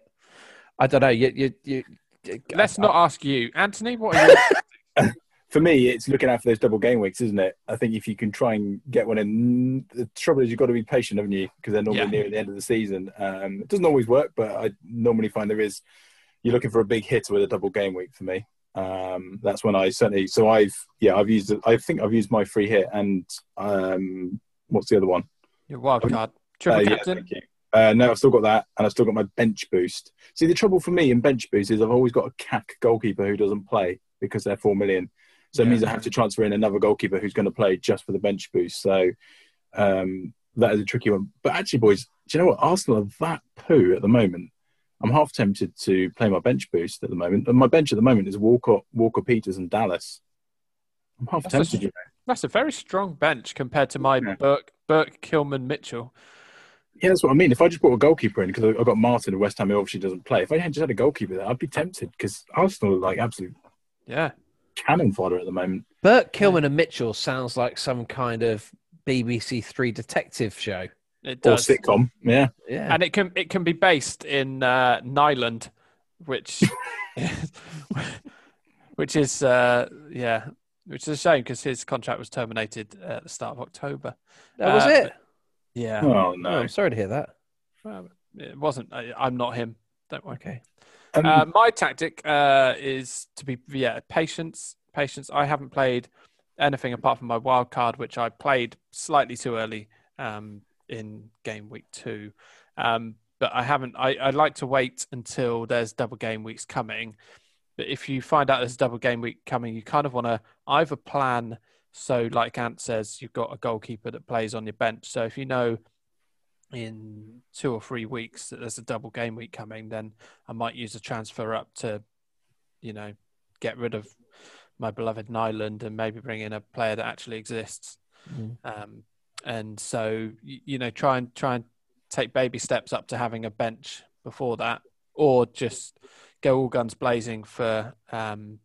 Speaker 3: I don't know. You you you. uh, you-
Speaker 1: Let's not ask you, Anthony. What are you?
Speaker 2: for me, it's looking out for those double game weeks, isn't it? I think if you can try and get one in, the trouble is you've got to be patient, haven't you? Because they're normally
Speaker 1: Yeah.
Speaker 2: near the end of the season. Um, it doesn't always work, but I normally find there is. You're looking for a big hit with a double game week for me. Um, that's when I certainly. So I've yeah, I've used. I think I've used my free hit and um, what's the other one?
Speaker 1: your wild card.
Speaker 2: Uh,
Speaker 1: Triple
Speaker 2: yeah,
Speaker 1: captain.
Speaker 2: thank you. Uh, no, I've still got that, and I've still got my bench boost. See, the trouble for me in bench boost is I've always got a CAC goalkeeper who doesn't play because they're four million. So it
Speaker 1: Yeah.
Speaker 2: means I have to transfer in another goalkeeper who's going to play just for the bench boost. So um, that is a tricky one. But actually, boys, do you know what? Arsenal are that poo at the moment. I'm half tempted to play my bench boost at the moment. And my bench at the moment is Walker, Walker Peters, and Dallas. I'm half
Speaker 1: That's a-
Speaker 2: tempted. you know.
Speaker 1: That's a very strong bench compared to my
Speaker 2: Yeah.
Speaker 1: Burke, Burke, Kilman, Mitchell.
Speaker 2: Yeah, that's what I mean. If I just brought a goalkeeper in, because I've got Martin at West Ham, who obviously doesn't play. If I had just had a goalkeeper there, I'd be tempted because Arsenal are like absolute
Speaker 1: Yeah,
Speaker 2: cannon fodder at the moment.
Speaker 3: Bert Kilman and Mitchell sounds like some kind of BBC Three detective show.
Speaker 1: it
Speaker 2: Or
Speaker 1: does.
Speaker 2: sitcom. Yeah.
Speaker 3: Yeah,
Speaker 1: and it can it can be based in uh, Nyland, which which is uh, yeah, which is a shame because his contract was terminated at the start of October.
Speaker 3: that was
Speaker 1: uh,
Speaker 3: it.
Speaker 1: Yeah,
Speaker 2: Oh,
Speaker 3: Oh,
Speaker 2: no.
Speaker 3: I'm sorry to hear that.
Speaker 1: Well, it wasn't. I, I'm not him. Don't worry.
Speaker 3: Okay.
Speaker 2: Um,
Speaker 1: Uh, my tactic uh, is to be yeah patience, patience. I haven't played anything apart from my wild card, which I played slightly too early um, in game week two. Um, but I haven't. I, I like to wait until there's double game weeks coming. But if you find out there's a double game week coming, you kind of want to either plan. So, like Ant says, you've got a goalkeeper that plays on your bench. So if you know in two or three weeks that there's a double game week coming, then I might use a transfer up to, you know, get rid of my beloved Nyland and maybe bring in a player that actually exists.
Speaker 3: Mm.
Speaker 1: Um, and so y- you know, try and try and take baby steps up to having a bench before that, or just go all guns blazing for um,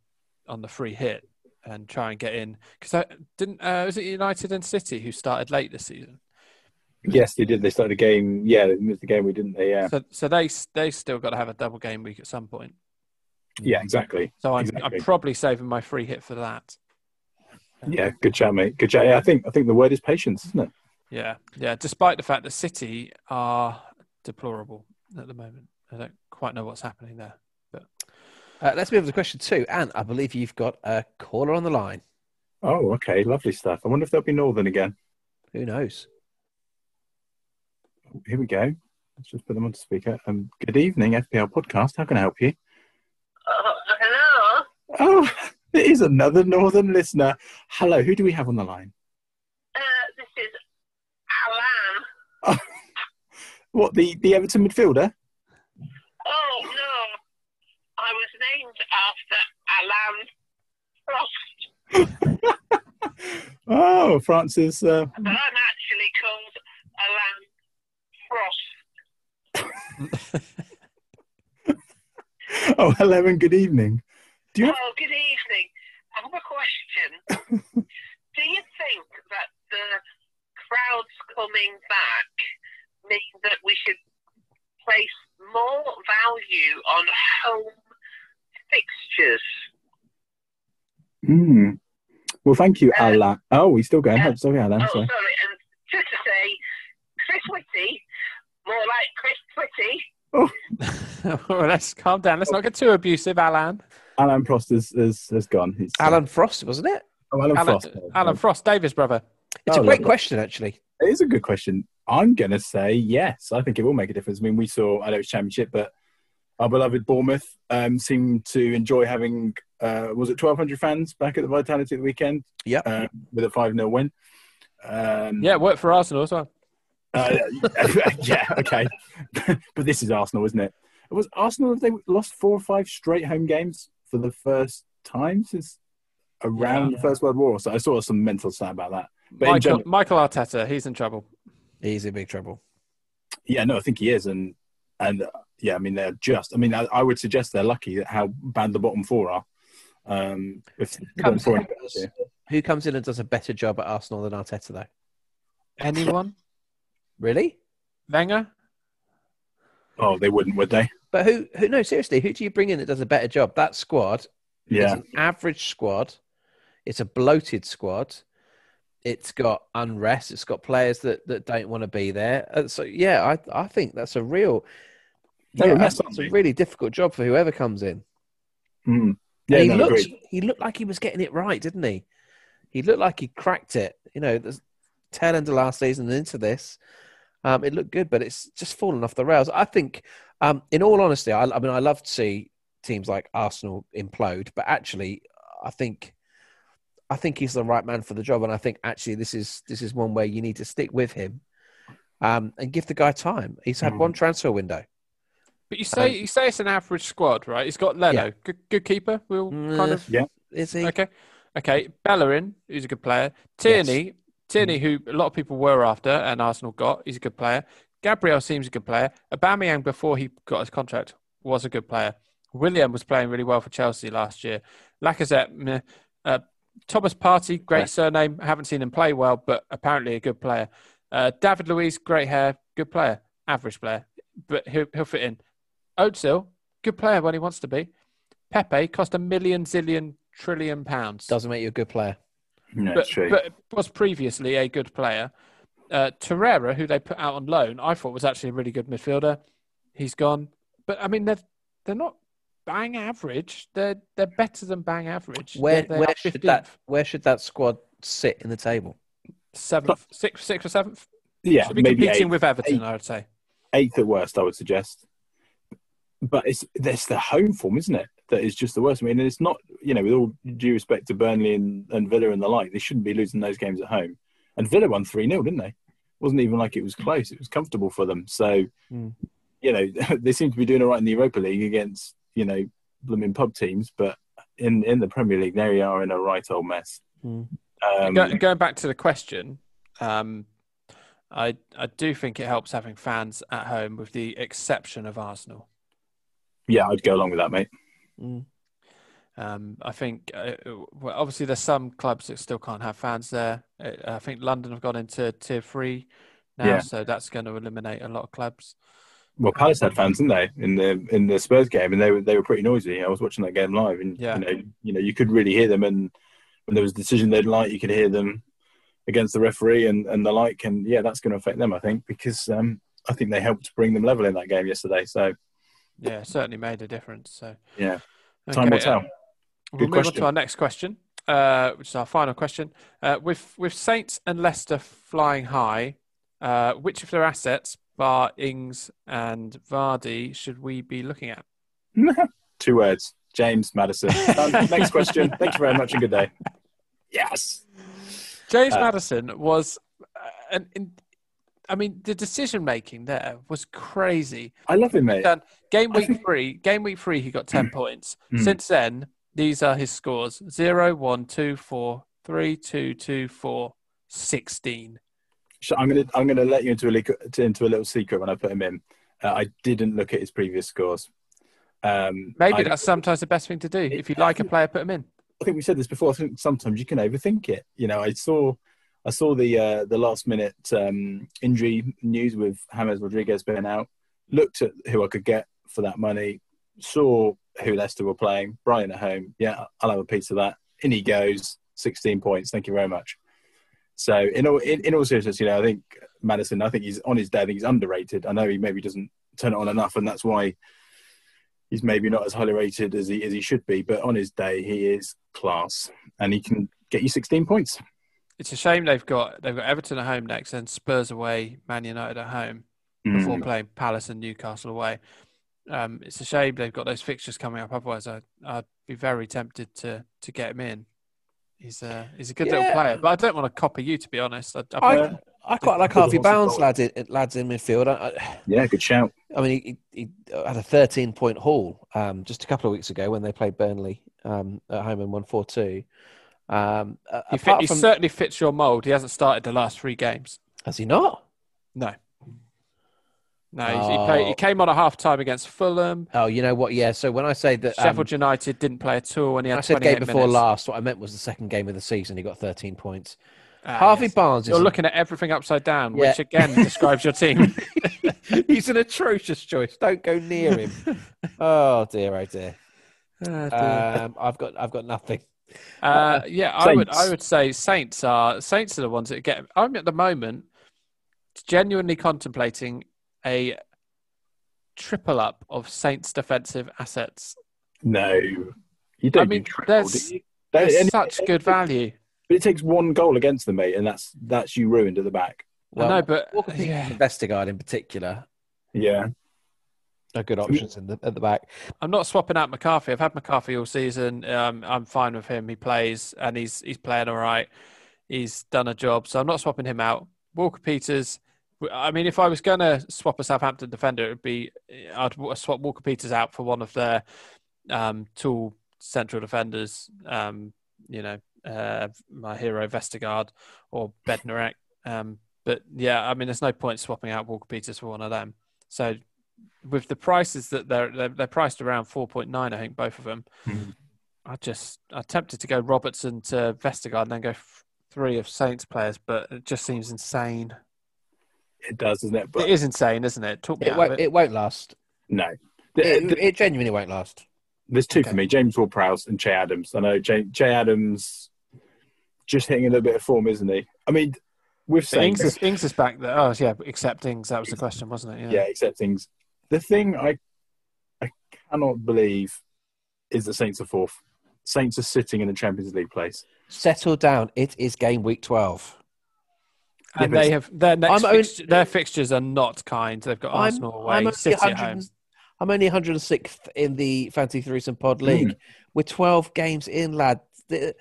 Speaker 1: on the free hit and try and get in because I didn't. Uh, was it United and City who started late this season?
Speaker 2: yes, they did. They started the game. Yeah, they missed the game. We didn't. They. Yeah.
Speaker 1: So so they s- they still got to have a double game week at some point.
Speaker 2: Yeah. Exactly.
Speaker 1: So I'm,
Speaker 2: Exactly.
Speaker 1: I'm probably saving my free hit for that.
Speaker 2: Yeah. Good chat, mate. Good chat. Yeah, I think. I think the word is patience, isn't it?
Speaker 1: Yeah, yeah. Despite the fact that City are deplorable at the moment, I don't quite know what's happening there.
Speaker 3: Uh, let's move on to question two. And I believe you've got a caller on the line.
Speaker 2: Oh, okay. Lovely stuff. I wonder if they'll be Northern again.
Speaker 3: Who knows?
Speaker 2: Here we go. Let's just put them on speaker. Um, good evening, FPL podcast. How can I help you?
Speaker 4: Oh, hello.
Speaker 2: Oh, there is another Northern listener. Hello. Who do we have on the line?
Speaker 4: Uh, this is Alan.
Speaker 2: What the the Everton midfielder?
Speaker 4: Oh no, I was named after Alan Frost,
Speaker 2: Oh, Francis. Uh,
Speaker 4: but I'm actually called Alan Frost.
Speaker 2: oh, hello and good evening. Do you have?
Speaker 4: Oh, good evening. I have a question. Do you think that the crowds coming back mean that we should place more value on home fixtures?
Speaker 2: Hmm. Well, thank you,
Speaker 4: Uh,
Speaker 2: Alan. Oh, he's still going.
Speaker 4: uh,
Speaker 2: sorry, Alan.
Speaker 4: Oh,
Speaker 2: Sorry.
Speaker 4: sorry. And just to say, Chris Whitty, more like Chris Whitty.
Speaker 1: well, let's calm down. Let's not get too abusive, Alan.
Speaker 2: Alan Prost has has, has gone. He's, uh,
Speaker 3: Alan Frost, wasn't it?
Speaker 2: Oh, Alan,
Speaker 1: Alan,
Speaker 2: Frost.
Speaker 1: Alan Frost, Davis brother.
Speaker 3: It's
Speaker 2: Oh,
Speaker 3: a great
Speaker 2: lovely.
Speaker 3: question, actually.
Speaker 2: It is a good question. I'm going to say yes. I think it will make a difference. I mean, we saw, I know it's championship, but our beloved Bournemouth um, seemed to enjoy having, uh, was it 1,200 fans back at the Vitality at the weekend?
Speaker 3: Yep.
Speaker 2: Uh, with a 5 0 win. Um,
Speaker 1: Yeah, it worked for Arsenal as well.
Speaker 2: Uh, yeah, okay. but this is Arsenal, isn't it? It was Arsenal. They lost four or five straight home games for the first time since around the First World War. So I saw some mental stat about that. But in
Speaker 1: Michael,
Speaker 2: general,
Speaker 1: Michael Arteta, he's in trouble.
Speaker 3: He's in big trouble.
Speaker 2: yeah, no, I think he is, and and uh, yeah, I mean they're just. I mean, I, I would suggest they're lucky at how bad the bottom four are. Um, if the bottom
Speaker 3: Comes
Speaker 2: four
Speaker 3: in as- who comes in and does a better job at Arsenal than Arteta, though?
Speaker 1: Anyone?
Speaker 3: Really?
Speaker 1: Wenger?
Speaker 2: oh, they wouldn't, would they?
Speaker 3: But who? Who? No, seriously, who do you bring in that does a better job? That squad
Speaker 2: Yeah,
Speaker 3: It's an average squad. It's a bloated squad. It's got unrest. It's got players that, that don't want to be there. Uh, so yeah, I I think that's a real.
Speaker 2: They're a
Speaker 3: I
Speaker 2: mess,
Speaker 3: think
Speaker 2: aren't
Speaker 3: it's
Speaker 2: they?
Speaker 3: a really difficult job for whoever comes in.
Speaker 2: Mm. yeah,
Speaker 3: And he
Speaker 2: no,
Speaker 3: looked
Speaker 2: agreed.
Speaker 3: he looked like he was getting it right, didn't he? He looked like he cracked it. You know, the tail end of last season and into this, um, it looked good, but it's just fallen off the rails. I think, um, in all honesty, I, I mean, I love to see teams like Arsenal implode, but actually, I think, I think he's the right man for the job, and I think actually this is this is one where you need to stick with him. Um, and give the guy time. He's had
Speaker 2: Mm.
Speaker 3: one transfer window.
Speaker 1: But you say
Speaker 3: Um,
Speaker 1: you say it's an average squad, right? He's got Leno,
Speaker 3: Yeah.
Speaker 1: good, good keeper. We'll kind
Speaker 3: Uh,
Speaker 1: of
Speaker 2: Yeah.
Speaker 3: Is he?
Speaker 1: okay, okay. Bellerin, who's a good player. Tierney, Tierney, who a lot of people were after, and Arsenal got. He's a good player. Gabriel seems a good player. Aubameyang, before he got his contract, was a good player. William was playing really well for Chelsea last year. Lacazette, meh. uh, Thomas Partey, great
Speaker 2: Yeah.
Speaker 1: surname. Haven't seen him play well, but apparently a good player. Uh, David Luiz, great hair, good player, average player, but he'll, he'll fit in. Odzil, good player when he wants to be. Pepe cost a million zillion trillion pounds,
Speaker 3: Doesn't make you a good player.
Speaker 2: No,
Speaker 1: but,
Speaker 2: it's true.
Speaker 1: but was previously a good player. Uh, Torreira, who they put out on loan, I thought was actually a really good midfielder. He's gone, but I mean they're they're not bang average. They're they're better than bang average.
Speaker 3: Where
Speaker 1: They- they
Speaker 3: where
Speaker 1: are
Speaker 3: should
Speaker 1: 15th.
Speaker 3: that where should that squad sit in the table?
Speaker 1: seventh, sixth, sixth or seventh?
Speaker 2: yeah,
Speaker 1: should be
Speaker 2: maybe
Speaker 1: competing
Speaker 2: eighth,
Speaker 1: with Everton, I would say.
Speaker 2: eighth at worst, I would suggest. But it's that's the home form, isn't it? That is just the worst. I mean, it's not you know, with all due respect to Burnley and, and Villa and the like, they shouldn't be losing those games at home. And Villa won three 0 didn't they? Wasn't even like it was close; it was comfortable for them. So,
Speaker 3: Mm.
Speaker 2: you know, they seem to be doing all right in the Europa League against you know, blooming pub teams, but in in the Premier League, they are in a right old mess.
Speaker 1: Hmm.
Speaker 3: Mm.
Speaker 2: Um,
Speaker 1: Go, going back to the question, um, I I do think it helps having fans at home, with the exception of Arsenal.
Speaker 2: yeah, I'd go along with that, mate.
Speaker 3: Mm.
Speaker 1: Um, I think uh, well, obviously there's some clubs that still can't have fans there. Uh, I think London have gone into tier three now,
Speaker 2: Yeah.
Speaker 1: so that's going to eliminate a lot of clubs.
Speaker 2: well, Palace had fans, didn't they, in the in the Spurs game, and they were they were pretty noisy. I was watching that game live, and
Speaker 1: Yeah.
Speaker 2: you know, you know, you could really hear them. And when there was a decision they'd like, you could hear them against the referee and, and the like. And yeah, that's going to affect them, I think, because um, I think they helped bring them level in that game yesterday. So
Speaker 1: Yeah, it certainly made a difference. So
Speaker 2: yeah, time
Speaker 1: Okay,
Speaker 2: will
Speaker 1: uh,
Speaker 2: tell.
Speaker 1: We'll
Speaker 2: Good
Speaker 1: move on
Speaker 2: question.
Speaker 1: to our next question, uh, which is our final question. Uh, with with Saints and Leicester flying high, uh, which of their assets, bar Ings and Vardy, should we be looking at?
Speaker 2: Two words: James Madison. Done. Next question. Thank you very much, and good day. Yes.
Speaker 1: James
Speaker 2: Uh,
Speaker 1: Madison was, uh, an, in, I mean, the decision making there was crazy.
Speaker 2: I love him, mate.
Speaker 1: Done. Game
Speaker 2: I
Speaker 1: week
Speaker 2: think-
Speaker 1: three, game week three, he got ten points.
Speaker 2: Mm.
Speaker 1: Since then, these are his scores: zero, one, two, four, three, two, two, four, sixteen.
Speaker 2: Sh- I'm gonna I'm gonna let you into a little, into a little secret when I put him in. Uh, I didn't look at his previous scores. Um,
Speaker 1: Maybe
Speaker 2: I,
Speaker 1: that's sometimes the best thing to do.
Speaker 2: It-
Speaker 1: If you like a player, put him in.
Speaker 2: I think we said this before. I think sometimes you can overthink it. You know, I saw I saw the uh, the last minute um, injury news with James Rodriguez being out. Looked at who I could get for that money. Saw who Leicester were playing. Brighton at home. Yeah, I'll have a piece of that. In he goes. 16 points. Thank you very much. So in all in, in all seriousness, you know, I think Madison. I think he's on his day. I think he's underrated. I know he maybe doesn't turn it on enough, and that's why he's maybe not as highly rated as he as he should be, but on his day he is class, and he can get you 16 points.
Speaker 1: It's a shame they've got they've got Everton at home next, then Spurs away, Man United at home before
Speaker 3: Mm.
Speaker 1: playing Palace and Newcastle away. Um, it's a shame they've got those fixtures coming up. Otherwise, I, I'd be very tempted to to get him in. He's a he's a good little
Speaker 3: Yeah.
Speaker 1: player, but I don't want to copy you to be honest. I, I,
Speaker 3: I, I quite like
Speaker 2: Good
Speaker 3: Harvey
Speaker 2: horse
Speaker 3: Barnes,
Speaker 2: as well.
Speaker 3: lads in, lads in midfield. I, I-
Speaker 2: Yeah, good shout.
Speaker 3: I mean, he, he he had a 13 point haul um, just a couple of weeks ago when they played Burnley um, at home and won 4 2. Um, a-
Speaker 1: He, fit,
Speaker 3: apart
Speaker 1: he
Speaker 3: from,
Speaker 1: certainly fits your mold. He hasn't started the last three games.
Speaker 3: has he not?
Speaker 1: No. No, he, he, played,
Speaker 3: Oh.
Speaker 1: he came on at half time against Fulham.
Speaker 3: Oh, you know what? Yeah. So when I say that, um,
Speaker 1: Sheffield United didn't play at all, and he had
Speaker 3: I said
Speaker 1: 28
Speaker 3: game before
Speaker 1: minutes.
Speaker 3: last. What I meant was the second game of the season. He got 13 points.
Speaker 1: Ah,
Speaker 3: Harvey
Speaker 1: yes.
Speaker 3: Barnes is
Speaker 1: You're looking at everything upside down,
Speaker 3: Yeah.
Speaker 1: which again describes your team.
Speaker 3: He's an atrocious choice. Don't go near him. oh dear, oh dear.
Speaker 1: Oh,
Speaker 3: Um, I've got, I've got nothing.
Speaker 1: Uh, yeah, I would. I
Speaker 2: Saints.
Speaker 1: would say Saints are Saints are the ones that get. I'm at the moment genuinely contemplating a triple up of Saints defensive assets.
Speaker 2: No, you don't.
Speaker 1: I mean,
Speaker 2: do triple,
Speaker 1: there's-
Speaker 2: do you? They-
Speaker 1: They're
Speaker 2: and-
Speaker 1: such good value.
Speaker 2: But it takes one goal against them, mate, and that's that's you ruined at the back.
Speaker 1: I know, but
Speaker 3: Walker Peters
Speaker 1: yeah,
Speaker 3: and Vestergaard in particular
Speaker 2: Yeah,
Speaker 3: are good options in the, at the back.
Speaker 1: I'm not swapping out McCarthy. I've had McCarthy all season. Um, I'm fine with him. He plays and he's he's playing all right. He's done a job, so I'm not swapping him out. Walker Peters. w- I mean, if I was gonna swap a Southampton defender, it would be I'd wa- swap Walker Peters out for one of their um, tall central defenders. Um, you know, uh, my hero Vestergaard or Bednarek. Um, but yeah, I mean, there's no point swapping out Walker Peters for one of them. So with the prices that they're they're, they're priced around 4.9 i think both of them
Speaker 2: Mhm.
Speaker 1: i just i tempted to go robertson to vestergaard and then go f- three of saints players but it just seems insane
Speaker 2: it does, doesn't it?
Speaker 1: it
Speaker 2: But
Speaker 1: is insane isn't it talk me
Speaker 3: It
Speaker 1: out
Speaker 3: won't,
Speaker 1: of
Speaker 3: it.
Speaker 1: it.
Speaker 3: won't last.
Speaker 2: no, Th-
Speaker 3: It,
Speaker 2: th-
Speaker 3: it genuinely won't last.
Speaker 2: there's two for
Speaker 3: okay.
Speaker 2: me: James Ward-Prowse and Che Adams. I know Jay, Jay Adams just hitting a little bit of form, isn't he? I mean, with
Speaker 1: So
Speaker 2: saying
Speaker 1: Ings, is, Ings is back there. Oh, yeah, except Ings. That was the question, wasn't it?
Speaker 2: yeah, except things. The thing I I cannot believe is that Saints are fourth. Saints are sitting in the Champions League place.
Speaker 3: Settle down. It is game week 12.
Speaker 1: And
Speaker 2: Yeah, but
Speaker 1: they have their next
Speaker 3: I'm only-
Speaker 1: fixtu- their fixtures are not kind. They've got Arsenal away,
Speaker 3: only
Speaker 1: City at
Speaker 3: 100
Speaker 1: home.
Speaker 3: I'm only 106th in the Fancy Threesome
Speaker 1: Hmm.
Speaker 3: Pod League. We're 12 games in, lad. Th-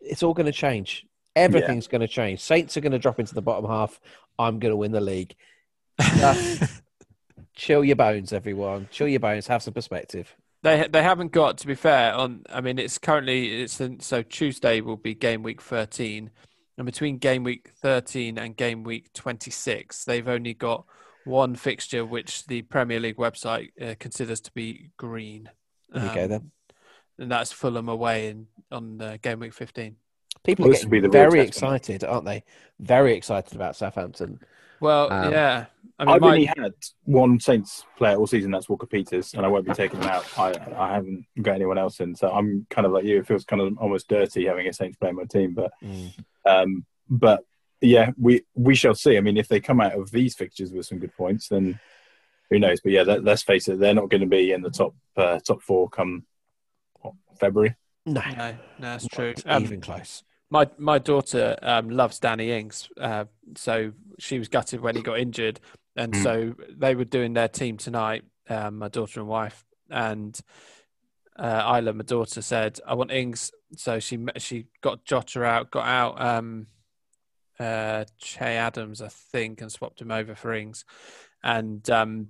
Speaker 3: It's all going to change. Everything's going to change. Saints are going to drop into the bottom half. I'm going to win the league. Just chill your bones, everyone. Chill your bones. Have some perspective.
Speaker 1: They they haven't got to be fair on. I mean, it's currently it's in, so Tuesday will be game week thirteen, and between game week thirteen and game week twenty six, they've only got one fixture which the Premier League website uh, considers to be green.
Speaker 3: There we go
Speaker 1: Um,
Speaker 3: then.
Speaker 1: and that's Fulham away in, on uh, game week fifteen.
Speaker 3: People
Speaker 2: well,
Speaker 3: are
Speaker 2: this
Speaker 3: getting
Speaker 2: would be the real
Speaker 3: very
Speaker 2: test, wouldn't
Speaker 3: excited, aren't they? Very excited about Southampton.
Speaker 1: Well,
Speaker 3: Um,
Speaker 1: yeah, I
Speaker 2: I
Speaker 1: mean,
Speaker 2: have
Speaker 1: my-
Speaker 2: only had one Saints player all season. That's Walker Peters, and I won't be taking him out. I I haven't got anyone else in, so I'm kind of like you. It feels kind of almost dirty having a Saints player on my team, but
Speaker 1: Hmm.
Speaker 2: um, but yeah, we we shall see. I mean, if they come out of these fixtures with some good points, then who knows? But yeah, let, let's face it, they're not going to be in the top uh, top four come what, February.
Speaker 3: No,
Speaker 1: no, no, that's
Speaker 3: not
Speaker 1: true. Um,
Speaker 3: even close.
Speaker 1: My my daughter um, loves Danny Ings, uh, so she was gutted when he got injured, and
Speaker 2: Mm.
Speaker 1: so they were doing their team tonight. Um, my daughter and wife, and uh, Isla, my daughter, said, "I want Ings." So she m- she got Jota out, got out um, uh, Che Adams, I think, and swapped him over for Ings, and um,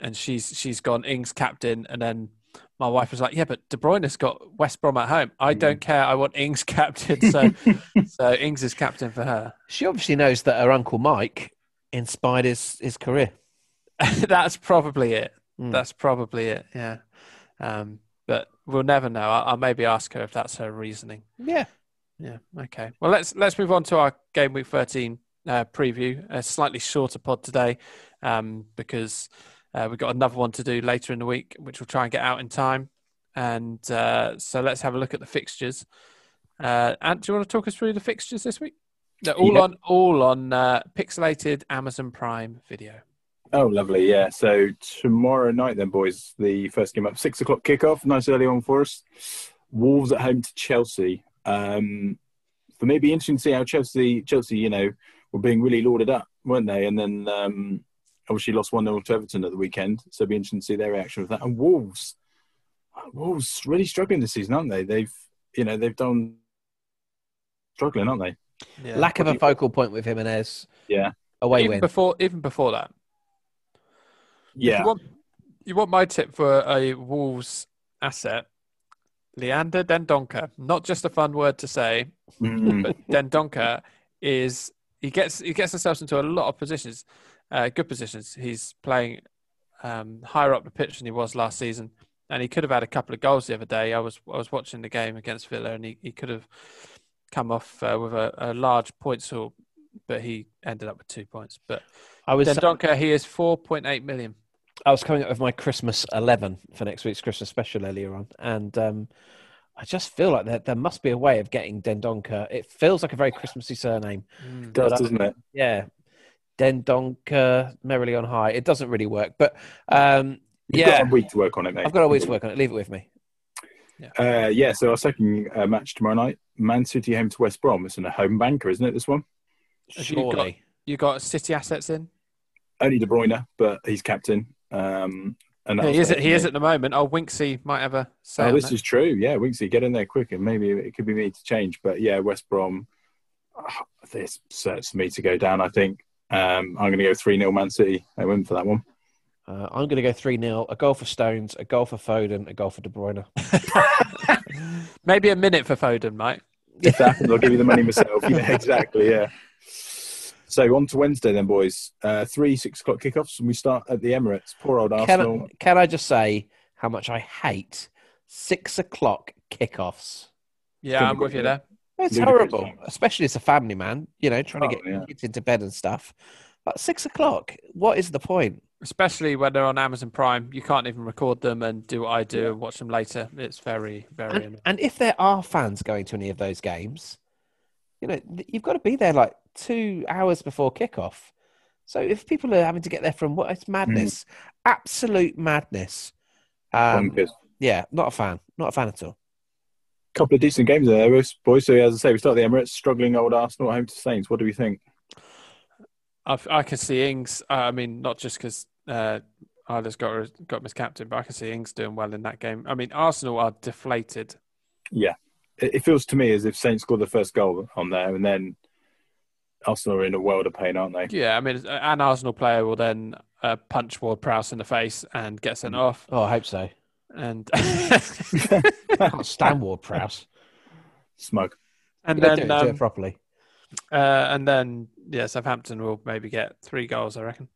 Speaker 1: and she's she's gone Ings captain, and then my wife was like, "Yeah, but De Bruyne's got West Brom at home. I don't care. I want Ings captain." So, so Ings is captain for her.
Speaker 3: She obviously knows that her uncle Mike inspired his, his career.
Speaker 1: That's probably it.
Speaker 3: Mm.
Speaker 1: That's probably it. Yeah, um, but we'll never know. I'll, I'll maybe ask her if that's her reasoning.
Speaker 3: Yeah.
Speaker 1: Yeah. Okay. Well, let's let's move on to our game week thirteen uh, preview. A slightly shorter pod today um, because uh, we've got another one to do later in the week, which we'll try and get out in time. And uh, so let's have a look at the fixtures. Uh, Ant, do you want to talk us through the fixtures this week? They're all
Speaker 2: Yeah.
Speaker 1: on all on uh, pixelated Amazon Prime video.
Speaker 2: Oh, lovely. Yeah. So tomorrow night, then, boys, the first game up, six o'clock kickoff. Nice early on for us. Wolves at home to Chelsea. Um, for me, it'd be interesting to see how Chelsea, Chelsea, you know, were being really lauded up, weren't they? And then um, obviously lost 1 0 to Everton at the weekend. So it'd be interesting to see their reaction with that. And Wolves, Wolves really struggling this season, aren't they? They've, you know, they've done struggling, aren't they?
Speaker 1: Yeah.
Speaker 3: Lack of
Speaker 2: What do
Speaker 3: a
Speaker 2: you-
Speaker 3: focal point with Jimenez.
Speaker 2: Yeah.
Speaker 3: Away
Speaker 1: even
Speaker 3: win.
Speaker 1: before even before that.
Speaker 2: Yeah.
Speaker 1: You want, you want my tip for a Wolves asset? Leander Dendonka. Not just a fun word to say,
Speaker 2: Mm.
Speaker 1: but Dendonka is he gets he gets himself into a lot of positions, uh, good positions. He's playing um, higher up the pitch than he was last season, and he could have had a couple of goals the other day. I was I was watching the game against Villa, and he, he could have come off uh, with a, a large point haul, but he ended up with two points. But
Speaker 3: I was
Speaker 1: Dendonka, he is four point eight million.
Speaker 3: I was coming up with my Christmas eleven for next week's Christmas special earlier on, and um, I just feel like there there must be a way of getting Dendonka. It feels like a very Christmassy surname.
Speaker 1: Mm.
Speaker 2: does,
Speaker 3: but I-
Speaker 2: doesn't it?
Speaker 3: Yeah, Dendonka, merrily on high. It doesn't really work, but um,
Speaker 2: You've
Speaker 3: yeah,
Speaker 2: got a week to work on it, mate.
Speaker 3: I've got a week to work on it. Leave it with me.
Speaker 2: Uh, yeah, so our second uh, match tomorrow night, Man City home to West Brom. It's in a home banker, isn't it? This one
Speaker 1: Have you got-
Speaker 3: Surely.
Speaker 1: You got City assets in.
Speaker 2: only De Bruyne, but he's captain. Um, and
Speaker 1: Yeah,
Speaker 2: that's
Speaker 1: he is.
Speaker 2: it,
Speaker 1: He is
Speaker 2: isn't
Speaker 1: at the moment. Oh, Winksy might have a say.
Speaker 2: Oh,
Speaker 1: on
Speaker 2: this
Speaker 1: that.
Speaker 2: is true. Yeah, Winksy, get in there quick, and maybe it could be me to change. But yeah, West Brom. ah, This certs me to go down. I think um, I'm going to go three 0 Man City. I win for that one.
Speaker 3: Uh, I'm going to go 3 0. A goal for Stones, a goal for Foden, a goal for De Bruyne.
Speaker 1: Maybe a minute for Foden, Mike.
Speaker 2: If that happens, I'll give you the money myself. Yeah, exactly. Yeah. So on to Wednesday then, boys. Uh, three six o'clock kickoffs, and we start at the Emirates. Poor old
Speaker 3: Can
Speaker 2: Arsenal.
Speaker 3: I, can I just say how much I hate six o'clock kickoffs?
Speaker 1: Yeah, I'm with you there.
Speaker 3: It's
Speaker 2: Ludicrous.
Speaker 3: horrible, especially as a family man, you know, trying to
Speaker 2: Oh,
Speaker 3: get
Speaker 2: yeah.
Speaker 3: kids into bed and stuff. But six o'clock, what is the point?
Speaker 1: Especially when they're on Amazon Prime, you can't even record them and do what I do and watch them later. It's very, very
Speaker 3: And,
Speaker 1: annoying.
Speaker 3: and if there are fans going to any of those games, you know, th- you've got to be there like two hours before kickoff. So if people are having to get there from what, it's madness,
Speaker 2: Hmm.
Speaker 3: absolute madness. Um,
Speaker 2: Bonkers.
Speaker 3: Yeah, not a fan. Not a fan at all.
Speaker 2: couple of decent games there, boys. boys. So as I say, we start the Emirates, struggling old Arsenal at home to Saints. What do we think?
Speaker 1: I, I can see Ings. Uh, I mean, not just because uh, Isla's got got miscaptain, but I can see Ings doing well in that game. I mean, Arsenal are deflated.
Speaker 2: It, it feels to me as if Saints scored the first goal on there, and then Arsenal are in a world of pain, aren't they?
Speaker 1: Yeah, I mean, uh, an Arsenal player will then uh, punch Ward Prowse in the face and get sent off.
Speaker 3: Oh, I hope so.
Speaker 1: And
Speaker 3: Can't stand Ward Prowse.
Speaker 2: Smug.
Speaker 1: and
Speaker 3: do, it,
Speaker 1: then
Speaker 3: do
Speaker 1: um,
Speaker 3: it properly.
Speaker 1: uh, and then yeah, Southampton will maybe get three goals. I reckon.